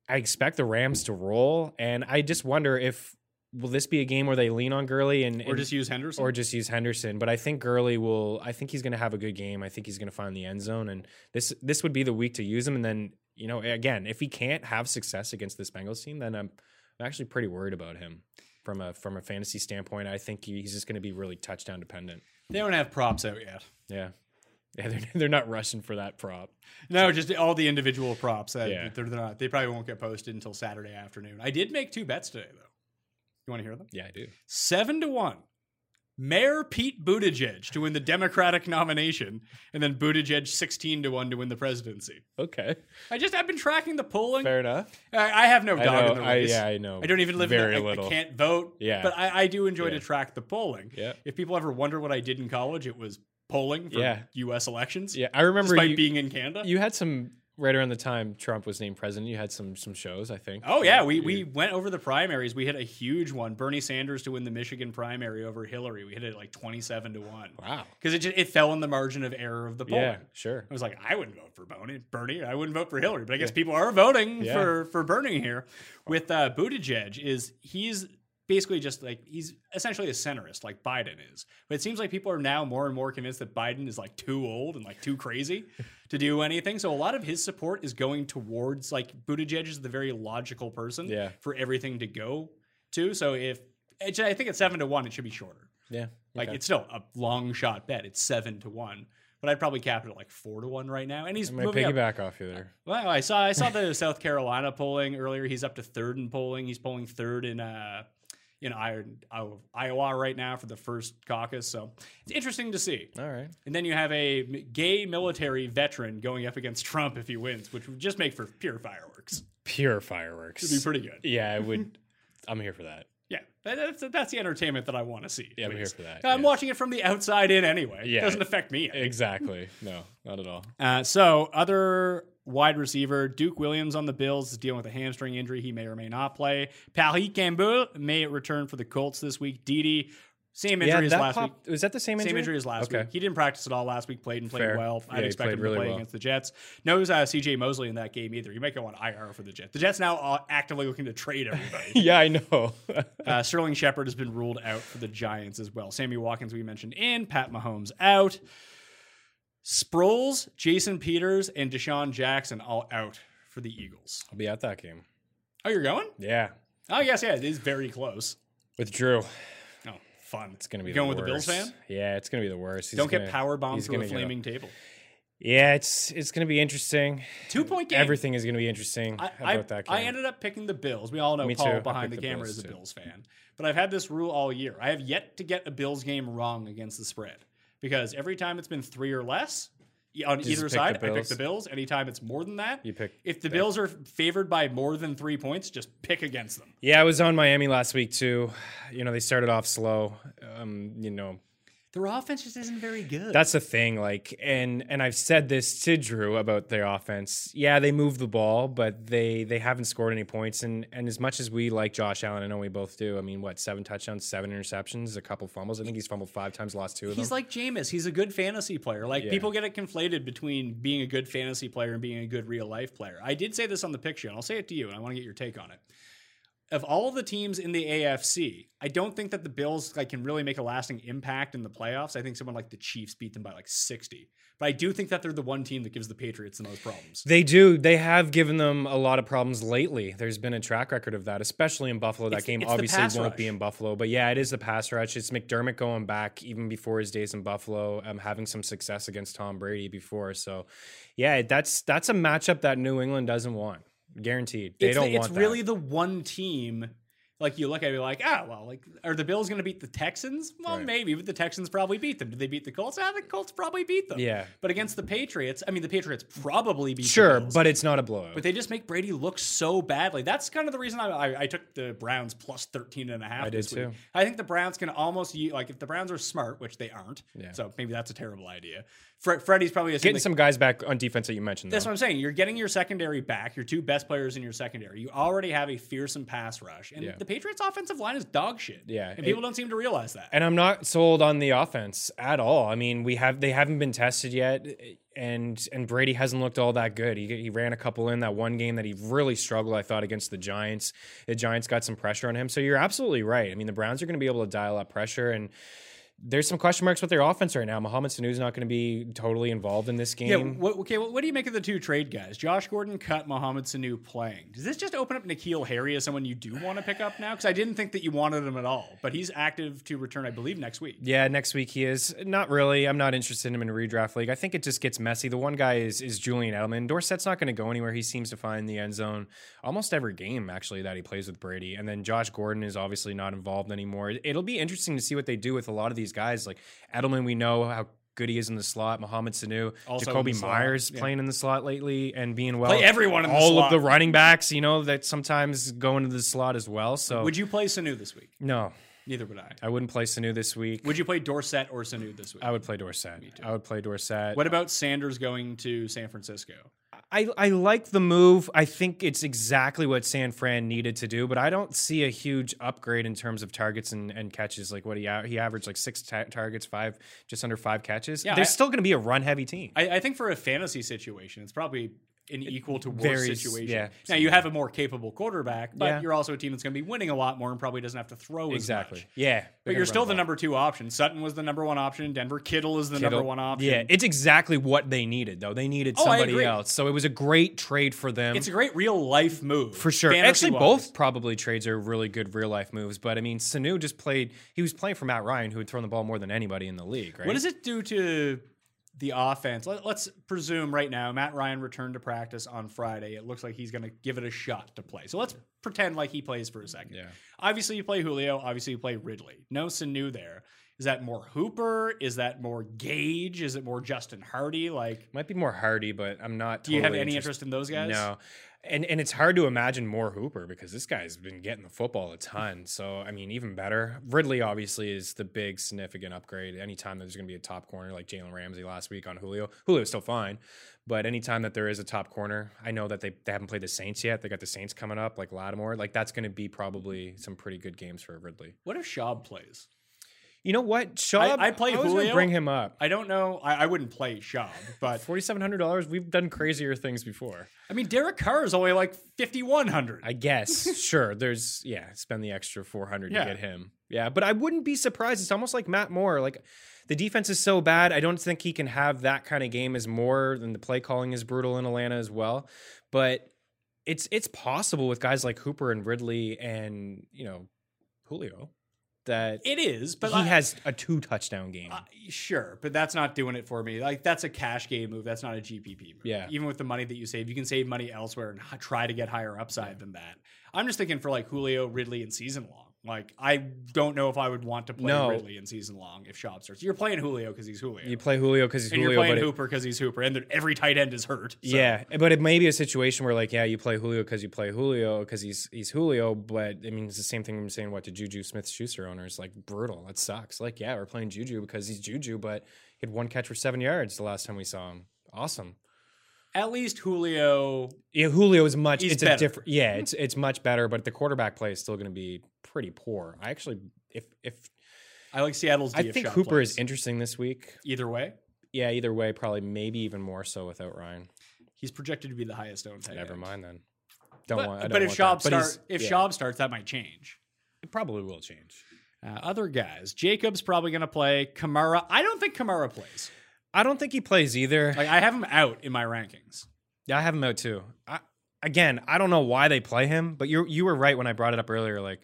[SPEAKER 4] I expect the Rams to roll. And I just wonder if will this be a game where they lean on Gurley and,
[SPEAKER 3] Or
[SPEAKER 4] and
[SPEAKER 3] just use Henderson.
[SPEAKER 4] or just use Henderson. But I think Gurley will. I think he's going to have a good game. I think he's going to find the end zone, and this this would be the week to use him. And then you know, again, if he can't have success against this Bengals team, then I'm I'm actually pretty worried about him from a from a fantasy standpoint. I think he, he's just going to be really touchdown dependent.
[SPEAKER 3] they don't have props out yet.
[SPEAKER 4] Yeah, yeah, (laughs) they're, they're not rushing for that prop.
[SPEAKER 3] No, just all the individual props. That
[SPEAKER 4] Yeah.
[SPEAKER 3] they're, they're not, they probably won't get posted until Saturday afternoon. I did make two bets today, though. You want to hear them?
[SPEAKER 4] Yeah, I do.
[SPEAKER 3] seven to one. Mayor Pete Buttigieg to win the Democratic nomination, and then Buttigieg sixteen to one to win the presidency.
[SPEAKER 4] Okay,
[SPEAKER 3] I just I've been tracking the polling.
[SPEAKER 4] fair enough.
[SPEAKER 3] I, I have no
[SPEAKER 4] I
[SPEAKER 3] dog in
[SPEAKER 4] know,
[SPEAKER 3] the
[SPEAKER 4] I-
[SPEAKER 3] race.
[SPEAKER 4] yeah, I know
[SPEAKER 3] I don't even live
[SPEAKER 4] very
[SPEAKER 3] in. The, I- I,
[SPEAKER 4] little.
[SPEAKER 3] can't vote.
[SPEAKER 4] Yeah.
[SPEAKER 3] but I, I do enjoy to
[SPEAKER 4] Yeah.
[SPEAKER 3] track the polling.
[SPEAKER 4] Yeah.
[SPEAKER 3] If people ever wonder what I did in college, it was polling for
[SPEAKER 4] Yeah.
[SPEAKER 3] U.S. elections.
[SPEAKER 4] Yeah, I remember
[SPEAKER 3] Despite
[SPEAKER 4] you,
[SPEAKER 3] being in Canada.
[SPEAKER 4] you had some right around the time Trump was named president. You had some some shows, I think.
[SPEAKER 3] Oh yeah, we,
[SPEAKER 4] You-
[SPEAKER 3] we went over the primaries. We hit a huge one. Bernie Sanders to win the Michigan primary over Hillary. We hit it like twenty-seven to one.
[SPEAKER 4] wow.
[SPEAKER 3] because it just, it fell in the margin of error of the polling.
[SPEAKER 4] Yeah, sure.
[SPEAKER 3] I was like, I wouldn't vote for Bernie. Bernie, I wouldn't vote for Hillary, but I guess people are voting
[SPEAKER 4] Yeah.
[SPEAKER 3] for for Bernie here. With uh, Buttigieg, is he's basically just like he's essentially a centrist like Biden is. But it seems like people are now more and more convinced that Biden is like too old and like too
[SPEAKER 4] (laughs)
[SPEAKER 3] crazy to do anything. So a lot of his support is going towards like Buttigieg is the very logical person
[SPEAKER 4] Yeah.
[SPEAKER 3] for everything to go to. So if it's- I think at seven to one, it should be shorter.
[SPEAKER 4] Yeah.
[SPEAKER 3] Like
[SPEAKER 4] okay.
[SPEAKER 3] it's still a long shot bet. It's seven to one. But I'd probably cap it at like four to one right now, and he's
[SPEAKER 4] I'm gonna
[SPEAKER 3] moving up.
[SPEAKER 4] piggyback off you there.
[SPEAKER 3] Well, I saw I saw the (laughs) South Carolina polling earlier. He's up to third in polling. He's polling third in uh in I- I- Iowa right now for the first caucus. So it's interesting to see.
[SPEAKER 4] All right.
[SPEAKER 3] And then you have a m- gay military veteran going up against Trump if he wins, which would just make for pure fireworks.
[SPEAKER 4] Pure fireworks.
[SPEAKER 3] It'd be pretty
[SPEAKER 4] (laughs)
[SPEAKER 3] good.
[SPEAKER 4] yeah, I
[SPEAKER 3] (laughs)
[SPEAKER 4] would. I'm here for that.
[SPEAKER 3] Yeah, that- that's that's the entertainment that I want to see. at
[SPEAKER 4] Yeah, I'm here
[SPEAKER 3] least.
[SPEAKER 4] for that,
[SPEAKER 3] I'm
[SPEAKER 4] yes.
[SPEAKER 3] watching it from the outside in anyway.
[SPEAKER 4] Yeah.
[SPEAKER 3] it doesn't affect me.
[SPEAKER 4] Exactly. No, not at all.
[SPEAKER 3] Uh, so, other wide receiver, Duke Williams on the Bills is dealing with a hamstring injury. He may or may not play. Paris Campbell may return for the Colts this week. Didi, same injury as last week.
[SPEAKER 4] Was that the same
[SPEAKER 3] Same
[SPEAKER 4] injury?
[SPEAKER 3] injury, as last
[SPEAKER 4] okay.
[SPEAKER 3] week. He didn't practice at all last week. Played and played
[SPEAKER 4] Fair.
[SPEAKER 3] well.
[SPEAKER 4] Yeah,
[SPEAKER 3] I'd
[SPEAKER 4] he
[SPEAKER 3] expect
[SPEAKER 4] played
[SPEAKER 3] him to
[SPEAKER 4] really
[SPEAKER 3] play
[SPEAKER 4] well.
[SPEAKER 3] against the Jets. No uh, CJ Mosley in that game either. He might go on IR for the Jets. The Jets now are actively looking to trade everybody.
[SPEAKER 4] (laughs) Yeah, I know.
[SPEAKER 3] Uh, Sterling Shepard has been ruled out for the Giants as well. Sammy Watkins, we mentioned in. Pat Mahomes out. Sproles, Jason Peters, and Deshaun Jackson all out for the Eagles.
[SPEAKER 4] I'll be at that game.
[SPEAKER 3] Oh, you're going?
[SPEAKER 4] Yeah,
[SPEAKER 3] Oh, yes, yeah. It is very close.
[SPEAKER 4] with Drew.
[SPEAKER 3] Oh, fun.
[SPEAKER 4] It's gonna be
[SPEAKER 3] you going
[SPEAKER 4] the
[SPEAKER 3] with the Bills
[SPEAKER 4] worst.
[SPEAKER 3] fan.
[SPEAKER 4] Yeah, it's gonna be the worst. He's
[SPEAKER 3] Don't get
[SPEAKER 4] gonna-
[SPEAKER 3] power bombed
[SPEAKER 4] he's
[SPEAKER 3] through a
[SPEAKER 4] gonna get
[SPEAKER 3] flaming table.
[SPEAKER 4] Yeah, it's it's gonna be interesting.
[SPEAKER 3] Two point game.
[SPEAKER 4] Everything is gonna be interesting
[SPEAKER 3] I,
[SPEAKER 4] about
[SPEAKER 3] I,
[SPEAKER 4] that game.
[SPEAKER 3] I ended up picking the Bills. We all know
[SPEAKER 4] Me too.
[SPEAKER 3] Paul
[SPEAKER 4] I
[SPEAKER 3] behind the
[SPEAKER 4] picked the
[SPEAKER 3] camera
[SPEAKER 4] Bills
[SPEAKER 3] is a
[SPEAKER 4] too.
[SPEAKER 3] Bills fan, but I've had this rule all year. I have yet to get a Bills game wrong against the spread because every time it's been three or less e- on
[SPEAKER 4] just
[SPEAKER 3] either
[SPEAKER 4] pick
[SPEAKER 3] side,
[SPEAKER 4] the
[SPEAKER 3] I pick
[SPEAKER 4] Bills.
[SPEAKER 3] the Bills. Anytime it's more than that,
[SPEAKER 4] You pick
[SPEAKER 3] If the Bills are favored by more than three points, just pick against them.
[SPEAKER 4] yeah, I was on Miami last week too. You know, they started off slow. Um, you know,
[SPEAKER 3] Their offense just isn't very good.
[SPEAKER 4] That's the thing, like, and and I've said this to Drew about their offense. Yeah, they move the ball, but they they haven't scored any points. And and as much as we like Josh Allen, I know we both do. I mean, what seven touchdowns, seven interceptions, a couple fumbles. I think he's fumbled five times, lost two of
[SPEAKER 3] He's
[SPEAKER 4] them.
[SPEAKER 3] like Jameis. He's a good fantasy player. Like
[SPEAKER 4] Yeah.
[SPEAKER 3] people get it conflated between being a good fantasy player and being a good real life player. I did say this on the picture, and I'll say it to you, and I want to get your take on it. Of all the teams in the AFC, I don't think that the Bills like can really make a lasting impact in the playoffs. I think someone like the Chiefs beat them by like sixty, but I do think that they're the one team that gives the Patriots the most problems.
[SPEAKER 4] they do. They have given them a lot of problems lately. There's been a track record of that, especially in Buffalo. That
[SPEAKER 3] It's-
[SPEAKER 4] game
[SPEAKER 3] it's the
[SPEAKER 4] obviously
[SPEAKER 3] pass
[SPEAKER 4] won't be
[SPEAKER 3] rush.
[SPEAKER 4] in Buffalo, but yeah, it is the pass rush. It's McDermott going back even before his days in Buffalo, um, having some success against Tom Brady before. So, yeah, that's that's a matchup that New England doesn't want, guaranteed. They
[SPEAKER 3] it's
[SPEAKER 4] don't
[SPEAKER 3] the,
[SPEAKER 4] want
[SPEAKER 3] it's really the one team like you look at it like ah well like are the bills going to beat the texans well
[SPEAKER 4] Right.
[SPEAKER 3] maybe but the texans probably beat them did they beat the colts ah the colts probably beat them
[SPEAKER 4] Yeah.
[SPEAKER 3] but against the patriots i mean the patriots probably beat
[SPEAKER 4] that.
[SPEAKER 3] the
[SPEAKER 4] sure,
[SPEAKER 3] Bills,
[SPEAKER 4] but it's not a blowout.
[SPEAKER 3] but they just make brady look so badly that's kind of the reason i, I, I took the browns plus 13 and a half
[SPEAKER 4] I did
[SPEAKER 3] this week.
[SPEAKER 4] too.
[SPEAKER 3] i think the browns can almost u- like if the browns are smart which they aren't
[SPEAKER 4] Yeah.
[SPEAKER 3] so maybe that's a terrible idea Fre- freddie's probably
[SPEAKER 4] Getting
[SPEAKER 3] assuming
[SPEAKER 4] some guys back on defense that you mentioned.
[SPEAKER 3] that's
[SPEAKER 4] though.
[SPEAKER 3] what I'm saying. You're getting your secondary back, your two best players in your secondary. You already have a fearsome pass rush. And
[SPEAKER 4] Yeah.
[SPEAKER 3] the Patriots' offensive line is dog shit.
[SPEAKER 4] Yeah,
[SPEAKER 3] And
[SPEAKER 4] it-
[SPEAKER 3] people don't seem to realize that.
[SPEAKER 4] And I'm not sold on the offense at all. I mean, we have they haven't been tested yet, and and Brady hasn't looked all that good. He, he ran a couple in that one game that he really struggled. I thought against the Giants, the Giants got some pressure on him. So you're absolutely right. I mean, the Browns are going to be able to dial up pressure, and there's some question marks with their offense right now. Mohamed Sanu's not going to be totally involved in this game.
[SPEAKER 3] yeah, what, okay, well, what do you make of the two trade guys? Josh Gordon cut Mohamed Sanu playing. Does this just open up Nikhil Harry as someone you do want to pick up now? Because I didn't think that you wanted him at all, but he's active to return, I believe, next week.
[SPEAKER 4] Yeah, next week he is. Not really. I'm not interested in him in a redraft league. I think it just gets messy. The one guy is is Julian Edelman. Dorsett's not going to go anywhere. He seems to find the end zone almost every game actually that he plays with Brady. And then Josh Gordon is obviously not involved anymore. It'll be interesting to see what they do with a lot of these guys. Like Edelman, we know how good he is in the slot. Mohamed Sanu,
[SPEAKER 3] Also in
[SPEAKER 4] Jacoby
[SPEAKER 3] the slot,
[SPEAKER 4] Myers
[SPEAKER 3] yeah.
[SPEAKER 4] playing in the slot lately and being well.
[SPEAKER 3] Play everyone in the
[SPEAKER 4] all
[SPEAKER 3] slot.
[SPEAKER 4] of the running backs, you know, that sometimes go into the slot as well. So
[SPEAKER 3] Would you play Sanu this week?
[SPEAKER 4] no,
[SPEAKER 3] Neither would I.
[SPEAKER 4] I wouldn't play Sanu this week.
[SPEAKER 3] Would you play Dorsett or Sanu this week?
[SPEAKER 4] I would play Dorset. I would play Dorset.
[SPEAKER 3] what about Sanders going to San Francisco?
[SPEAKER 4] I, I like the move. I think it's exactly what San Fran needed to do, but I don't see a huge upgrade in terms of targets and, and catches. Like what he a- he averaged like six ta- targets, five just under five catches.
[SPEAKER 3] Yeah,
[SPEAKER 4] They're
[SPEAKER 3] I-
[SPEAKER 4] still going to be a run heavy team.
[SPEAKER 3] I, I think for a fantasy situation, it's probably an equal to worse
[SPEAKER 4] varies,
[SPEAKER 3] situation.
[SPEAKER 4] yeah,
[SPEAKER 3] now you have a more capable quarterback, but
[SPEAKER 4] Yeah.
[SPEAKER 3] you're also a team that's going to be winning a lot more and probably doesn't have to throw as
[SPEAKER 4] exactly.
[SPEAKER 3] much.
[SPEAKER 4] Yeah,
[SPEAKER 3] But you're still the number two option. Sutton was the number one option in Denver. Kittle is the number one option.
[SPEAKER 4] Yeah, it's exactly what they needed though. They needed
[SPEAKER 3] Oh, I
[SPEAKER 4] somebody
[SPEAKER 3] agree.
[SPEAKER 4] else, so it was a great trade for them.
[SPEAKER 3] it's a great real life move
[SPEAKER 4] For sure.
[SPEAKER 3] fantasy-wise.
[SPEAKER 4] Actually, both probably trades are really good real life moves. But I mean, Sanu just played, he was playing for Matt Ryan, who had thrown the ball more than anybody in the league, right?
[SPEAKER 3] What does it do to the offense? Let, us presume right now Matt Ryan returned to practice on Friday. It looks like he's going to give it a shot to play. So let's pretend like he plays for a second.
[SPEAKER 4] Yeah.
[SPEAKER 3] Obviously, you play Julio. Obviously, you play Ridley. No Sanu there. Is that more Hooper? Is that more Gage? Is it more Justin Hardy? Like,
[SPEAKER 4] Might be more Hardy, but I'm not.
[SPEAKER 3] do you have
[SPEAKER 4] totally
[SPEAKER 3] any interest in those guys?
[SPEAKER 4] No. And, and it's hard to imagine more Hooper because this guy's been getting the football a ton. So, I mean, even better. Ridley obviously is the big significant upgrade. Anytime there's going to be a top corner like Jalen Ramsey last week on Julio, Julio's still fine. But anytime that there is a top corner, I know that they, they haven't played the Saints yet. They got the Saints coming up, like Lattimore. Like, that's going to be probably some pretty good games for Ridley.
[SPEAKER 3] What if Schaub plays?
[SPEAKER 4] You know what? Shaw,
[SPEAKER 3] I'd play
[SPEAKER 4] was gonna
[SPEAKER 3] Julio.
[SPEAKER 4] bring him up.
[SPEAKER 3] I don't know. I, I wouldn't play Schaub,
[SPEAKER 4] (laughs)
[SPEAKER 3] but
[SPEAKER 4] $4,700, we've done crazier things before.
[SPEAKER 3] I mean, Derek Carr is only like 5,100. (laughs)
[SPEAKER 4] I guess. sure. There's yeah, spend the extra four hundred
[SPEAKER 3] Yeah.
[SPEAKER 4] to get him. Yeah, but I wouldn't be surprised. It's almost like Matt Moore. Like the defense is so bad. I don't think he can have that kind of game as Moore and the play calling is brutal in Atlanta as well. But it's it's possible with guys like Hooper and Ridley and, you know, Julio that
[SPEAKER 3] It is, but
[SPEAKER 4] he
[SPEAKER 3] I-
[SPEAKER 4] has a two touchdown game.
[SPEAKER 3] Uh, sure, but that's not doing it for me. Like that's a cash game move. That's not a GPP move.
[SPEAKER 4] Yeah.
[SPEAKER 3] Even with the money that you save, you can save money elsewhere and h- try to get higher upside than that. I'm just thinking for like Julio, Ridley, and season long. Like I don't know if I would want to play
[SPEAKER 4] No.
[SPEAKER 3] Ridley in season long if Shop starts. You're playing Julio because he's Julio.
[SPEAKER 4] you play Julio because he's
[SPEAKER 3] and
[SPEAKER 4] Julio,
[SPEAKER 3] you're playing
[SPEAKER 4] but it-
[SPEAKER 3] Hooper because he's Hooper, and then every tight end is hurt. so-
[SPEAKER 4] Yeah, but it may be a situation where like, yeah, you play Julio because you play Julio because he's he's Julio. But I mean, it's the same thing I'm saying. What to Juju Smith-Schuster owners like brutal. That sucks. Like, yeah, we're playing Juju because he's Juju, but he had one catch for seven yards the last time we saw him. Awesome.
[SPEAKER 3] At least Julio.
[SPEAKER 4] Yeah, Julio is much.
[SPEAKER 3] He's
[SPEAKER 4] it's
[SPEAKER 3] better.
[SPEAKER 4] a different. Yeah, it's it's much better, but the quarterback play is still going to be pretty poor. I actually, if if
[SPEAKER 3] I like Seattle's. D
[SPEAKER 4] I
[SPEAKER 3] if
[SPEAKER 4] think
[SPEAKER 3] Schaub
[SPEAKER 4] Hooper
[SPEAKER 3] plays.
[SPEAKER 4] is interesting this week.
[SPEAKER 3] Either way,
[SPEAKER 4] Yeah, either way, probably maybe even more so without Ryan.
[SPEAKER 3] he's projected to be the highest owned tight
[SPEAKER 4] Never
[SPEAKER 3] end.
[SPEAKER 4] mind then. Don't
[SPEAKER 3] Oh, but,
[SPEAKER 4] want. I don't
[SPEAKER 3] but if
[SPEAKER 4] want
[SPEAKER 3] Schaub
[SPEAKER 4] that. But he's-
[SPEAKER 3] start, if
[SPEAKER 4] yeah.
[SPEAKER 3] Schaub starts, that might change.
[SPEAKER 4] It probably will change.
[SPEAKER 3] Uh, other guys, Jacob's probably going to play. Kamara, I don't think Kamara plays.
[SPEAKER 4] I don't think he plays either.
[SPEAKER 3] Like I have him out in my rankings.
[SPEAKER 4] Yeah, I have him out too. I, again, I don't know why they play him, but you you were right when I brought it up earlier. Like,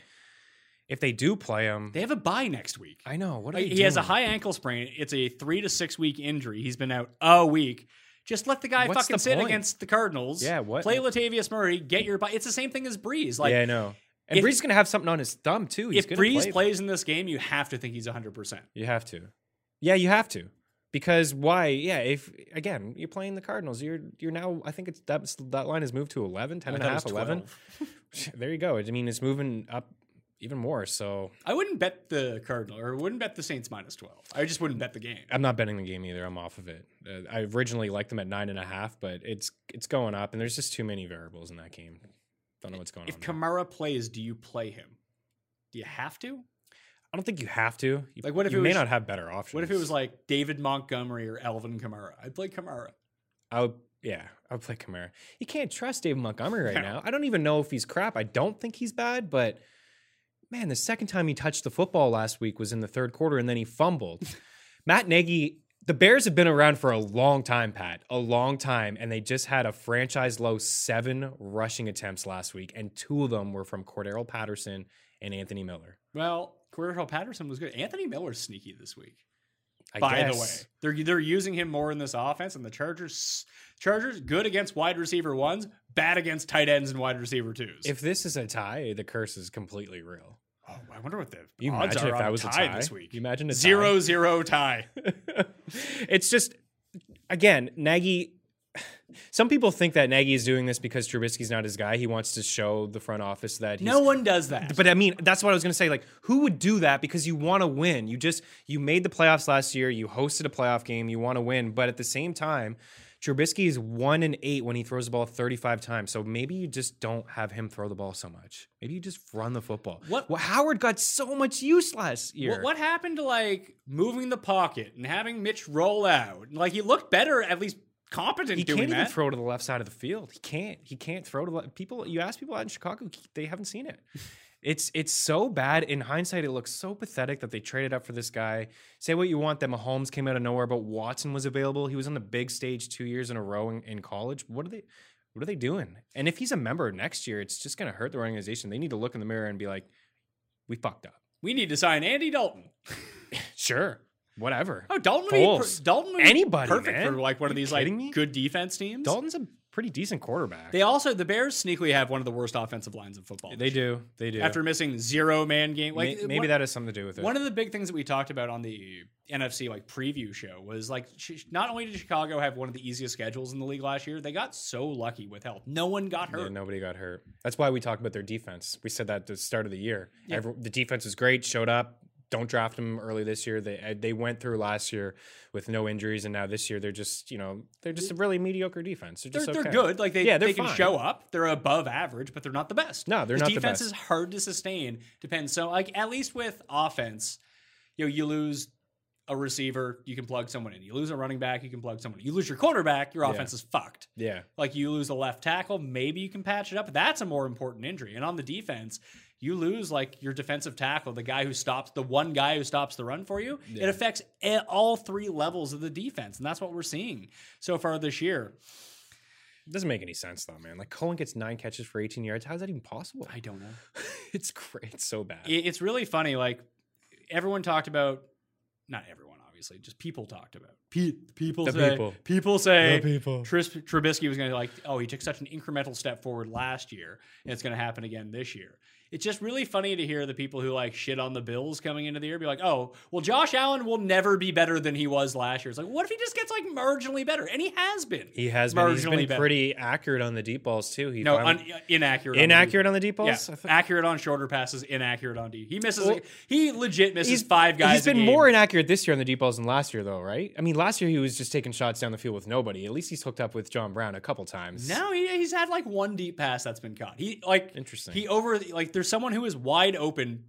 [SPEAKER 4] if they do play him,
[SPEAKER 3] They have a bye next week.
[SPEAKER 4] I know what are
[SPEAKER 3] Like,
[SPEAKER 4] they
[SPEAKER 3] he has a
[SPEAKER 4] doing?
[SPEAKER 3] high ankle sprain. It's a three to six week injury. He's been out a week. Just let the guy
[SPEAKER 4] What's
[SPEAKER 3] fucking
[SPEAKER 4] the
[SPEAKER 3] sit
[SPEAKER 4] point?
[SPEAKER 3] against the Cardinals.
[SPEAKER 4] Yeah, what-
[SPEAKER 3] Play Latavius Murray. Get your bye. It's the same thing as Breeze. Like
[SPEAKER 4] yeah, I know. And
[SPEAKER 3] if-
[SPEAKER 4] Breeze is gonna have something on his thumb too. He's
[SPEAKER 3] if
[SPEAKER 4] gonna
[SPEAKER 3] Breeze
[SPEAKER 4] play.
[SPEAKER 3] plays in this game, you have to think he's hundred percent.
[SPEAKER 4] you have to. Yeah, you have to. Because why? Yeah, if again you're playing the Cardinals, you're you're now. I think it's that that line has moved to 11, 10 and a half, 11. There you go. I mean, it's moving up even more. So
[SPEAKER 3] I wouldn't bet the Cardinal or wouldn't bet the Saints minus twelve. I just wouldn't bet the game.
[SPEAKER 4] I'm not betting the game either. I'm off of it. Uh, I originally liked them at nine and a half, but it's it's going up, and there's just too many variables in that game. Don't know what's going
[SPEAKER 3] If
[SPEAKER 4] on. there.
[SPEAKER 3] Kamara plays, do you play him? Do you have to?
[SPEAKER 4] I don't think you have to. You,
[SPEAKER 3] Like, what if
[SPEAKER 4] you
[SPEAKER 3] it
[SPEAKER 4] may
[SPEAKER 3] was-
[SPEAKER 4] not have better options?
[SPEAKER 3] What if it was like David Montgomery or Alvin Kamara? I'd play Kamara.
[SPEAKER 4] I would, yeah, I would play Kamara. You can't trust David Montgomery right now. I don't even know if he's crap. I don't think he's bad, but man, the second time he touched the football last week was in the third quarter, and then
[SPEAKER 3] (laughs)
[SPEAKER 4] he fumbled. Matt Nagy. The Bears have been around for a long time, Pat, a long time, and they just had a franchise low seven rushing attempts last week, and two of them were from Cordero Patterson and Anthony Miller.
[SPEAKER 3] Well, Cordero Patterson was good. Anthony Miller's sneaky this week.
[SPEAKER 4] I
[SPEAKER 3] by the way,
[SPEAKER 4] guess.
[SPEAKER 3] they're they're using him more in this offense, and the Chargers Chargers good against wide receiver ones, bad against tight ends and wide receiver twos.
[SPEAKER 4] if this is a tie, the curse is completely real.
[SPEAKER 3] oh, I wonder what the
[SPEAKER 4] You
[SPEAKER 3] odds
[SPEAKER 4] imagine
[SPEAKER 3] are
[SPEAKER 4] if
[SPEAKER 3] on
[SPEAKER 4] that was a
[SPEAKER 3] tie
[SPEAKER 4] tie
[SPEAKER 3] this week.
[SPEAKER 4] You imagine a tie?
[SPEAKER 3] zero zero tie.
[SPEAKER 4] (laughs) it's just again, Nagy. Some people think that Nagy is doing this because Trubisky's not his guy. He wants to show the front office that he's
[SPEAKER 3] no one does that.
[SPEAKER 4] but I mean, that's what I was going to say. Like, who would do that? Because you want to win. You just you made the playoffs last year. You hosted a playoff game. You want to win. But at the same time, Trubisky is one and eight when he throws the ball thirty-five times. So maybe you just don't have him throw the ball so much. Maybe you just run the football.
[SPEAKER 3] What-
[SPEAKER 4] Well, Howard got so much use last year.
[SPEAKER 3] What, what happened to like moving the pocket and having Mitch roll out? And, Like he looked better at least competent
[SPEAKER 4] He
[SPEAKER 3] doing
[SPEAKER 4] can't even
[SPEAKER 3] that.
[SPEAKER 4] throw to the left side of the field. He can't. He can't throw to le- people. You ask people out in Chicago, they haven't seen it. It's it's so bad. In hindsight, it looks so pathetic that they traded up for this guy. Say what you want that Mahomes came out of nowhere, but Watson was available. He was on the big stage two years in a row in, in college. What are they? What are they doing? And if he's a member next year, it's just going to hurt the organization. They need to look in the mirror and be like, "We fucked up."
[SPEAKER 3] we need to sign Andy Dalton.
[SPEAKER 4] Sure, whatever.
[SPEAKER 3] Oh, Dalton would be per-
[SPEAKER 4] Foles.
[SPEAKER 3] Dalton would be
[SPEAKER 4] Anybody,
[SPEAKER 3] perfect
[SPEAKER 4] man.
[SPEAKER 3] for like one of
[SPEAKER 4] You
[SPEAKER 3] these like
[SPEAKER 4] kidding me?
[SPEAKER 3] good defense teams.
[SPEAKER 4] Dalton's a pretty decent quarterback.
[SPEAKER 3] They also the Bears sneakily have one of the worst offensive lines in football.
[SPEAKER 4] They do. They do.
[SPEAKER 3] after missing zero man game.
[SPEAKER 4] May-
[SPEAKER 3] Like
[SPEAKER 4] maybe
[SPEAKER 3] one-
[SPEAKER 4] that has something to do with it.
[SPEAKER 3] One of the big things that we talked about on the NFC like preview show was like sh- not only did Chicago have one of the easiest schedules in the league last year, they got so lucky with health. No one got
[SPEAKER 4] Yeah,
[SPEAKER 3] hurt.
[SPEAKER 4] nobody got hurt. That's why we talked about their defense. We said that at the start of the year. Every- the defense was great, showed up. Don't draft them early this year. They uh, they went through last year with no injuries, and now this year they're just you know they're just a really mediocre defense. They're
[SPEAKER 3] They're,
[SPEAKER 4] just okay.
[SPEAKER 3] they're good. Like they,
[SPEAKER 4] Yeah, they're
[SPEAKER 3] they can
[SPEAKER 4] fine.
[SPEAKER 3] show up. They're above average, but they're not the best.
[SPEAKER 4] No, they're
[SPEAKER 3] This
[SPEAKER 4] not the
[SPEAKER 3] defense
[SPEAKER 4] best.
[SPEAKER 3] is hard to sustain. Depends. So like at least with offense, you know, you lose a receiver, you can plug someone in. You lose a running back, you can plug someone. in. You lose your quarterback, your
[SPEAKER 4] Yeah.
[SPEAKER 3] offense is fucked.
[SPEAKER 4] Yeah,
[SPEAKER 3] Like you lose a left tackle, maybe you can patch it up. That's a more important injury. And on the defense, you lose like your defensive tackle, the guy who stops the one guy who stops the run for you. It affects a- all three levels of the defense, and that's what we're seeing so far this year.
[SPEAKER 4] it doesn't make any sense though, man. Like Cohen gets nine catches for eighteen yards. How is that even possible?
[SPEAKER 3] I don't know.
[SPEAKER 4] (laughs) it's great. It's so bad.
[SPEAKER 3] It- It's really funny. Like everyone talked about, not everyone obviously, just people talked about. Pe- people
[SPEAKER 4] The
[SPEAKER 3] say
[SPEAKER 4] people.
[SPEAKER 3] say
[SPEAKER 4] people.
[SPEAKER 3] Tris- Trubisky was going to like, oh, he took such an incremental step forward last year, and it's going to happen again this year. It's just really funny to hear the people who like shit on the Bills coming into the year be like, oh, well, Josh Allen will never be better than he was last year. It's like, what if he just gets like marginally better? And he has been.
[SPEAKER 4] He has been. He's
[SPEAKER 3] marginally
[SPEAKER 4] been
[SPEAKER 3] better.
[SPEAKER 4] pretty accurate on the deep balls too. He
[SPEAKER 3] no
[SPEAKER 4] finally-
[SPEAKER 3] un- inaccurate. on the-
[SPEAKER 4] inaccurate on the deep balls.
[SPEAKER 3] Yeah,
[SPEAKER 4] I thought-
[SPEAKER 3] accurate on shorter passes, inaccurate on D. He misses.
[SPEAKER 4] Well,
[SPEAKER 3] he legit misses five guys.
[SPEAKER 4] He's been
[SPEAKER 3] a game.
[SPEAKER 4] more inaccurate this year on the deep balls than last year, though, right? I mean, last year he was just taking shots down the field with nobody. At least he's hooked up with John Brown a couple times.
[SPEAKER 3] No, he, he's had like one deep pass that's been caught. He like
[SPEAKER 4] Interesting.
[SPEAKER 3] He over like there's someone who is wide open,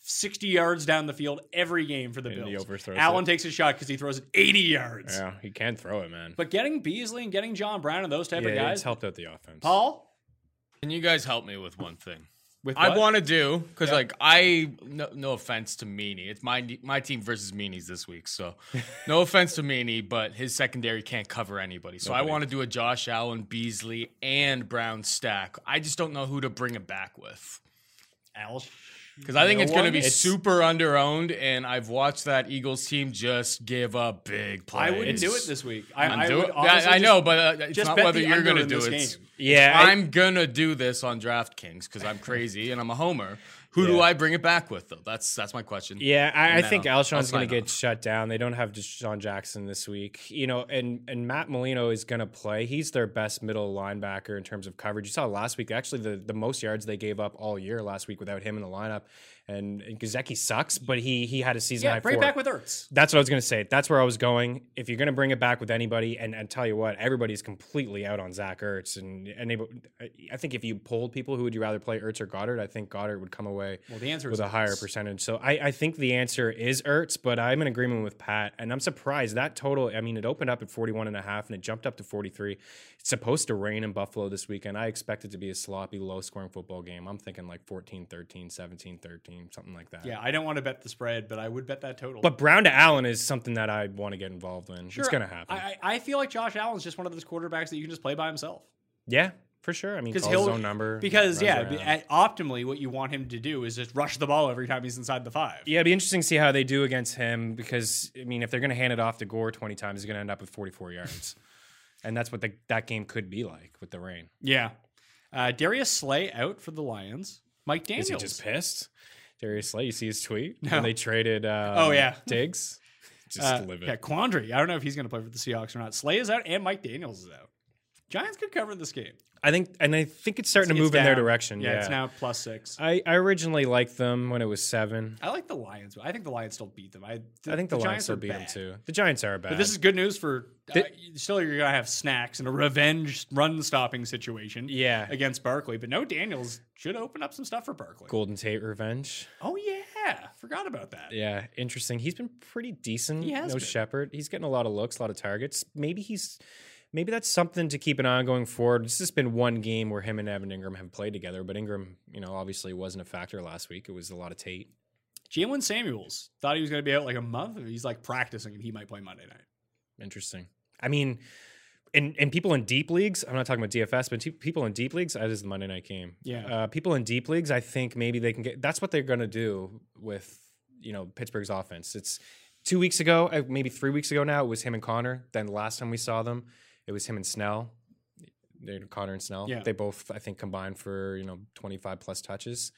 [SPEAKER 3] sixty yards down the field every game for the
[SPEAKER 4] And he
[SPEAKER 3] Bills.
[SPEAKER 4] overthrows
[SPEAKER 3] Allen
[SPEAKER 4] it.
[SPEAKER 3] takes a shot because he throws it eighty yards.
[SPEAKER 4] yeah, he can throw it, man.
[SPEAKER 3] But getting Beasley and getting John Brown and those type
[SPEAKER 4] yeah,
[SPEAKER 3] of
[SPEAKER 4] it's
[SPEAKER 3] guys,
[SPEAKER 4] helped out the offense.
[SPEAKER 3] Paul.
[SPEAKER 5] Can you guys help me with one thing?
[SPEAKER 3] With
[SPEAKER 5] I
[SPEAKER 3] what?
[SPEAKER 5] want to do because, like, I no, no offense to Meanie, it's my my team versus Meanie's this week.
[SPEAKER 3] (laughs)
[SPEAKER 5] So, no offense to Meanie, but his secondary can't cover anybody. So I want to do a Josh Allen, Beasley, and Brown stack. I just don't know who to bring it back with
[SPEAKER 3] Al-
[SPEAKER 5] because I think
[SPEAKER 4] No
[SPEAKER 5] it's going to
[SPEAKER 4] one?
[SPEAKER 5] be
[SPEAKER 4] It's-
[SPEAKER 5] super underowned. And I've watched that Eagles team just give up big plays.
[SPEAKER 3] I wouldn't do it this week. I,
[SPEAKER 5] I'm
[SPEAKER 3] I
[SPEAKER 5] do
[SPEAKER 3] would
[SPEAKER 5] it. I,
[SPEAKER 3] honestly
[SPEAKER 5] I
[SPEAKER 3] just-
[SPEAKER 5] know, but uh, it's
[SPEAKER 3] just
[SPEAKER 5] not
[SPEAKER 3] bet
[SPEAKER 5] whether
[SPEAKER 3] the
[SPEAKER 5] you're
[SPEAKER 3] under
[SPEAKER 5] going to
[SPEAKER 3] in
[SPEAKER 5] do
[SPEAKER 3] this
[SPEAKER 5] it.
[SPEAKER 3] game.
[SPEAKER 4] Yeah, I-
[SPEAKER 5] I'm gonna do this on DraftKings because I'm crazy and I'm a homer. Who do I bring it back with though? That's that's my question.
[SPEAKER 4] Yeah, I, I
[SPEAKER 5] No,
[SPEAKER 4] think
[SPEAKER 5] that's
[SPEAKER 4] Alshon's going
[SPEAKER 5] fine.
[SPEAKER 4] to get shut down. They don't have Deshaun Jackson this week, you know, and and Matt Molino is going to play. He's their best middle linebacker in terms of coverage. You saw last week, actually, the, the most yards they gave up all year last week without him in the lineup. And, and Gizeki sucks, but he he had a season
[SPEAKER 3] Yeah,
[SPEAKER 4] high.
[SPEAKER 3] bring it
[SPEAKER 4] four.
[SPEAKER 3] back with Ertz.
[SPEAKER 4] That's what I was going to say. That's where I was going. If you're going to bring it back with anybody, and, and tell you what, everybody's completely out on Zach Ertz. And, and able, I- I think if you polled people, who would you rather play, Ertz or Goddard? I think Goddard would come away
[SPEAKER 3] Well, the answer is
[SPEAKER 4] with a higher percentage. So I, I think the answer is Ertz, but I'm in agreement with Pat. And I'm surprised that total, I mean, it opened up at 41 and a half and it jumped up to 43. It's supposed to rain in Buffalo this weekend. I expect it to be a sloppy, low scoring football game. I'm thinking like 14 13, 17 13, something like that.
[SPEAKER 3] Yeah, I don't want to bet the spread, but I would bet that total.
[SPEAKER 4] But Brown to Allen is something that I want to get involved in.
[SPEAKER 3] Sure,
[SPEAKER 4] it's going to happen.
[SPEAKER 3] I, I I feel like Josh Allen's just one of those quarterbacks that you can just play by himself.
[SPEAKER 4] yeah, for sure. I mean,
[SPEAKER 3] because
[SPEAKER 4] call
[SPEAKER 3] he'll
[SPEAKER 4] his own number.
[SPEAKER 3] Because
[SPEAKER 4] runs
[SPEAKER 3] yeah,
[SPEAKER 4] around.
[SPEAKER 3] be- at, optimally, what you want him to do is just rush the ball every time he's inside the five.
[SPEAKER 4] yeah, it'd be interesting to see how they do against him because I mean, if they're going to hand it off to Gore 20 times, he's going to end up with 44 yards. (laughs) And that's what the, that game could be like with the rain.
[SPEAKER 3] Yeah. Uh, Darius Slay out for the Lions. Mike Daniels.
[SPEAKER 4] Is he just pissed? Darius Slay, you see his tweet? When they traded um,
[SPEAKER 3] Oh, yeah. (laughs)
[SPEAKER 4] Diggs. Just
[SPEAKER 3] Uh,
[SPEAKER 4] live it.
[SPEAKER 3] yeah, Quandry. I don't know if he's going to play for the Seahawks or not. Slay is out and Mike Daniels is out. Giants could cover this game.
[SPEAKER 4] I think, and I think it's starting
[SPEAKER 3] It's
[SPEAKER 4] to move in their
[SPEAKER 3] down.
[SPEAKER 4] direction. Yeah,
[SPEAKER 3] it's now plus six.
[SPEAKER 4] I, I originally liked them when it was seven.
[SPEAKER 3] I like the Lions. but I think the Lions still beat them. I,
[SPEAKER 4] I think the,
[SPEAKER 3] Giants
[SPEAKER 4] Lions will
[SPEAKER 3] are
[SPEAKER 4] beat them
[SPEAKER 3] bad.
[SPEAKER 4] too. The Giants are bad.
[SPEAKER 3] But this is good news for uh,
[SPEAKER 4] Th-
[SPEAKER 3] you- still you're gonna have snacks and a revenge run stopping situation.
[SPEAKER 4] Yeah.
[SPEAKER 3] against Barkley, but no Daniels should open up some stuff for Barkley.
[SPEAKER 4] Golden Tate revenge.
[SPEAKER 3] Oh yeah, forgot about that.
[SPEAKER 4] Yeah, interesting. He's been pretty decent.
[SPEAKER 3] He has
[SPEAKER 4] no
[SPEAKER 3] been.
[SPEAKER 4] Shepard. He's getting a lot of looks, a lot of targets. Maybe he's maybe that's something to keep an eye on going forward. This has been one game where him and Evan Ingram have played together, but Ingram, you know, obviously wasn't a factor last week. It was a lot of Tate.
[SPEAKER 3] Jalen Samuels thought he was gonna be out like a month. and He's like practicing, and he might play Monday night.
[SPEAKER 4] Interesting. I mean, and and people in deep leagues. I'm not talking about DFS, but te- people in deep leagues. That is the Monday night game.
[SPEAKER 3] Yeah.
[SPEAKER 4] Uh, people in deep leagues. I think maybe they can get. That's what they're going to do with you know Pittsburgh's offense. It's two weeks ago, uh, maybe three weeks ago now. It was him and Connor. Then the last time we saw them, it was him and Snell. They're Connor and Snell.
[SPEAKER 3] Yeah.
[SPEAKER 4] They both I think combined for you know 25 plus touches.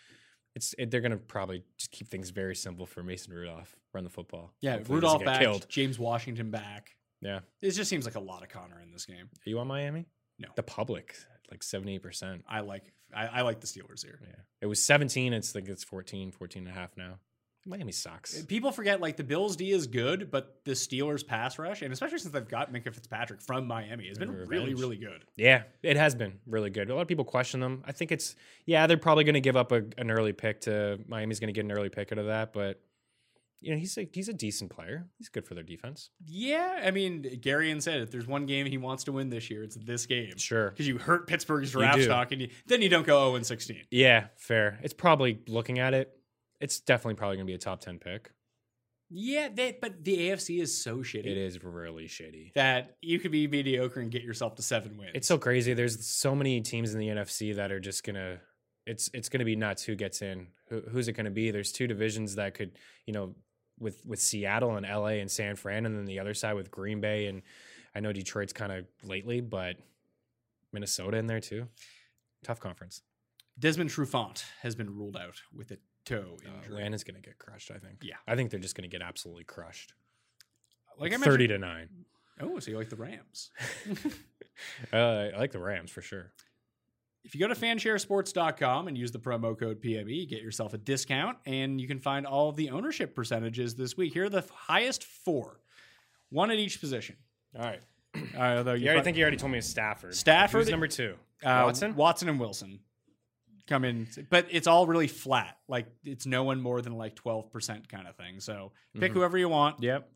[SPEAKER 4] It's it, they're going to probably just keep things very simple for Mason Rudolph. Run the football.
[SPEAKER 3] Yeah,
[SPEAKER 4] Hopefully he
[SPEAKER 3] Rudolph
[SPEAKER 4] doesn't get
[SPEAKER 3] back,
[SPEAKER 4] killed.
[SPEAKER 3] James Washington back.
[SPEAKER 4] Yeah.
[SPEAKER 3] It just seems like a lot of Connor in this game.
[SPEAKER 4] Are you on Miami?
[SPEAKER 3] No.
[SPEAKER 4] The public, like 78%.
[SPEAKER 3] I like I, I like the Steelers here.
[SPEAKER 4] Yeah. It was 17. It's like it's 14, 14 and a half now. Miami sucks.
[SPEAKER 3] People forget like the Bills D is good, but the Steelers pass rush, and especially since they've got Minka Fitzpatrick from Miami, has been
[SPEAKER 4] Revenge.
[SPEAKER 3] really, really good.
[SPEAKER 4] Yeah, it has been really good. A lot of people question them. I think it's, yeah, they're probably going to give up a, an early pick to Miami's going to get an early pick out of that. But, you know, he's a, he's a decent player. He's good for their defense.
[SPEAKER 3] Yeah, I mean, Garian said if there's one game he wants to win this year, it's this game.
[SPEAKER 4] Sure.
[SPEAKER 3] Because you hurt Pittsburgh's draft
[SPEAKER 4] do.
[SPEAKER 3] stock, and you, then you don't go 0 16.
[SPEAKER 4] Yeah, fair. It's probably looking at it. It's definitely probably going to be a top 10 pick.
[SPEAKER 3] Yeah, they, but the AFC is so shitty
[SPEAKER 4] It is really shitty.
[SPEAKER 3] that you could be mediocre and get yourself to seven wins.
[SPEAKER 4] It's so crazy. There's so many teams in the NFC that are just gonna. It's it's gonna be nuts who gets in. Who, who's it gonna be? There's two divisions that could, you know, with with Seattle and LA and San Fran, and then the other side with Green Bay and I know Detroit's kind of lately, but Minnesota in there too. Tough conference.
[SPEAKER 3] Desmond Trufant has been ruled out with a toe
[SPEAKER 4] Uh,
[SPEAKER 3] injury.
[SPEAKER 4] Atlanta's gonna get crushed. I think.
[SPEAKER 3] Yeah.
[SPEAKER 4] I think they're just gonna get absolutely crushed.
[SPEAKER 3] like I mentioned,
[SPEAKER 4] thirty to nine.
[SPEAKER 3] oh, so you like the Rams?
[SPEAKER 4] Uh, I like the Rams for sure.
[SPEAKER 3] If you go to fansharesports.com and use the promo code PME, you get yourself a discount and you can find all of the ownership percentages this week. Here are the f- highest four, one at each position.
[SPEAKER 4] All right.
[SPEAKER 3] (clears throat) Uh, although you
[SPEAKER 4] You already
[SPEAKER 3] fi-
[SPEAKER 4] think you already told me it's Stafford.
[SPEAKER 3] Stafford-
[SPEAKER 4] Who's number two?
[SPEAKER 3] uh,
[SPEAKER 4] Watson.
[SPEAKER 3] Watson and Wilson come in, but it's all really flat. Like it's no one more than like 12% kind of thing. So pick whoever you want.
[SPEAKER 4] Yep.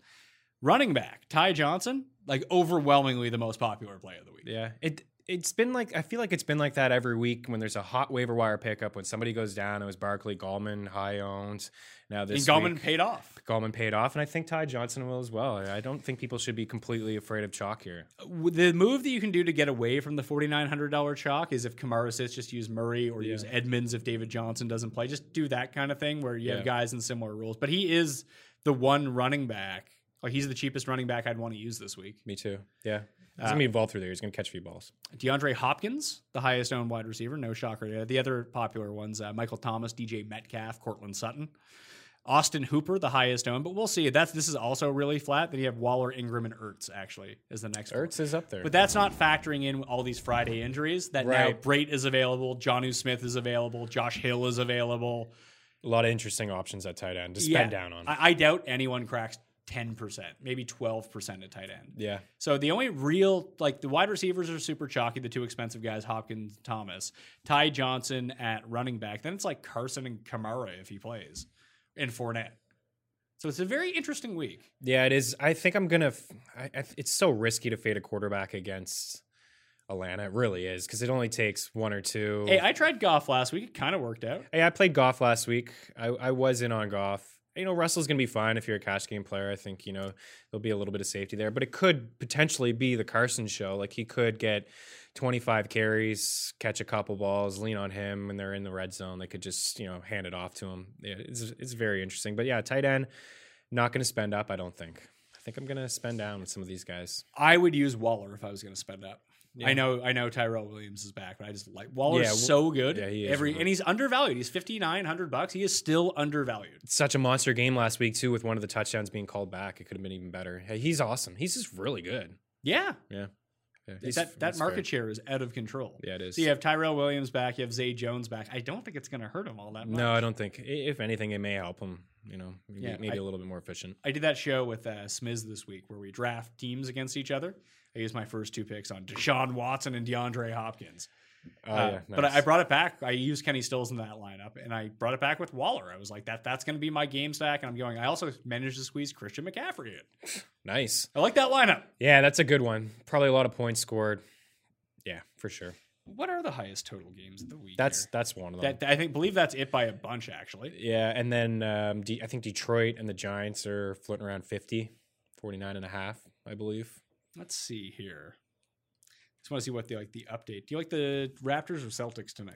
[SPEAKER 3] Running back, Ty Johnson, like overwhelmingly the most popular play of the week.
[SPEAKER 4] Yeah. It it's been like I feel like it's been like that every week when there's a hot waiver wire pickup when somebody goes down. It was Barkley, Gallman, high owned. Now
[SPEAKER 3] And
[SPEAKER 4] this
[SPEAKER 3] Gallman
[SPEAKER 4] week,
[SPEAKER 3] paid off.
[SPEAKER 4] Gallman paid off, and I think Ty Johnson will as well. I don't think people should be completely afraid of chalk here.
[SPEAKER 3] w- the move that you can do to get away from the forty nine hundred dollar chalk is if Kamara sits, just use Murray or use Edmonds if David Johnson doesn't play. Just do that kind of thing where you
[SPEAKER 4] Yeah.
[SPEAKER 3] have guys in similar roles. But he is the one running back. Like he's the cheapest running back I'd want to use this week.
[SPEAKER 4] Me too. Yeah.
[SPEAKER 3] Uh,
[SPEAKER 4] He's gonna be involved through there. He's gonna catch a few balls.
[SPEAKER 3] DeAndre Hopkins, the highest owned wide receiver, no shocker there. The other popular ones: uh, Michael Thomas, DJ Metcalf, Cortland Sutton, Austin Hooper, the highest owned. But we'll see. That's this is also really flat. Then you have Waller, Ingram, and Ertz actually is the next. one.
[SPEAKER 4] Ertz is up there.
[SPEAKER 3] But that's not factoring in all these Friday injuries. That now
[SPEAKER 4] Right.
[SPEAKER 3] Brait is available, Johnu Smith is available, Josh Hill is available.
[SPEAKER 4] a lot of interesting options at tight end to spend
[SPEAKER 3] Yeah.
[SPEAKER 4] down on.
[SPEAKER 3] I, I doubt anyone cracks ten percent, maybe twelve percent at tight end.
[SPEAKER 4] yeah.
[SPEAKER 3] So the only real like the wide receivers are super chalky. The two expensive guys, Hopkins, Thomas, Ty Johnson at running back. Then it's like Carson and Kamara if he plays, and Fournette. So it's a very interesting week.
[SPEAKER 4] Yeah, it is. I think I'm gonna. f- I, I, it's so risky to fade a quarterback against Atlanta. It really is because it only takes one or two.
[SPEAKER 3] Hey, I tried golf last week. It kind of worked out.
[SPEAKER 4] Hey, I played golf last week. I, I was in on golf. You know, Russell's going to be fine if you're a cash game player. I think, you know, there'll be a little bit of safety there, but it could potentially be the Carson show. Like, he could get 25 carries, catch a couple balls, lean on him when they're in the red zone. They could just, you know, hand it off to him. Yeah, it's, it's very interesting. But yeah, tight end, not going to spend up, I don't think. I think I'm going to spend down with some of these guys.
[SPEAKER 3] I would use Waller if I was going to spend up. I know, I know Tyrell Williams is back, but I just like Waller's
[SPEAKER 4] Yeah, Wa-
[SPEAKER 3] so good.
[SPEAKER 4] yeah, he is
[SPEAKER 3] Every
[SPEAKER 4] really-
[SPEAKER 3] and he's undervalued. He's fifty nine hundred bucks. He is still undervalued.
[SPEAKER 4] Such a monster game last week, too, with one of the touchdowns being called back. It could have been even better. Hey, he's awesome. He's just really good.
[SPEAKER 3] Yeah,
[SPEAKER 4] Yeah. he's-
[SPEAKER 3] that that
[SPEAKER 4] he's
[SPEAKER 3] market share is out of control.
[SPEAKER 4] Yeah, it is.
[SPEAKER 3] So you have Tyrell Williams back, you have Zay Jones back. I don't think it's going to hurt him all that much.
[SPEAKER 4] No, I don't think. i- If anything, it may help him. You know, maybe,
[SPEAKER 3] Yeah,
[SPEAKER 4] maybe
[SPEAKER 3] I-
[SPEAKER 4] a little bit more efficient.
[SPEAKER 3] I did that show with uh, Smiz this week where we draft teams against each other. I used my first two picks on Deshaun Watson and DeAndre Hopkins.
[SPEAKER 4] Oh,
[SPEAKER 3] Uh,
[SPEAKER 4] yeah,
[SPEAKER 3] But I, I
[SPEAKER 4] nice.
[SPEAKER 3] brought it back. I used Kenny Stills in that lineup, and I brought it back with Waller. I was like, that that's going to be my game stack, and I'm going. I also managed to squeeze Christian McCaffrey in.
[SPEAKER 4] nice.
[SPEAKER 3] I like that lineup.
[SPEAKER 4] Yeah, that's a good one. Probably a lot of points scored. Yeah, for sure.
[SPEAKER 3] What are the highest total games of the week?
[SPEAKER 4] That's
[SPEAKER 3] here?
[SPEAKER 4] that's one of them.
[SPEAKER 3] that, I think believe that's it by a bunch actually.
[SPEAKER 4] yeah, and then um, D- I think Detroit and the Giants are floating around 50, 49 and a half, I believe.
[SPEAKER 3] Let's see here. Just want to see what the like the update. Do you like the Raptors or Celtics tonight?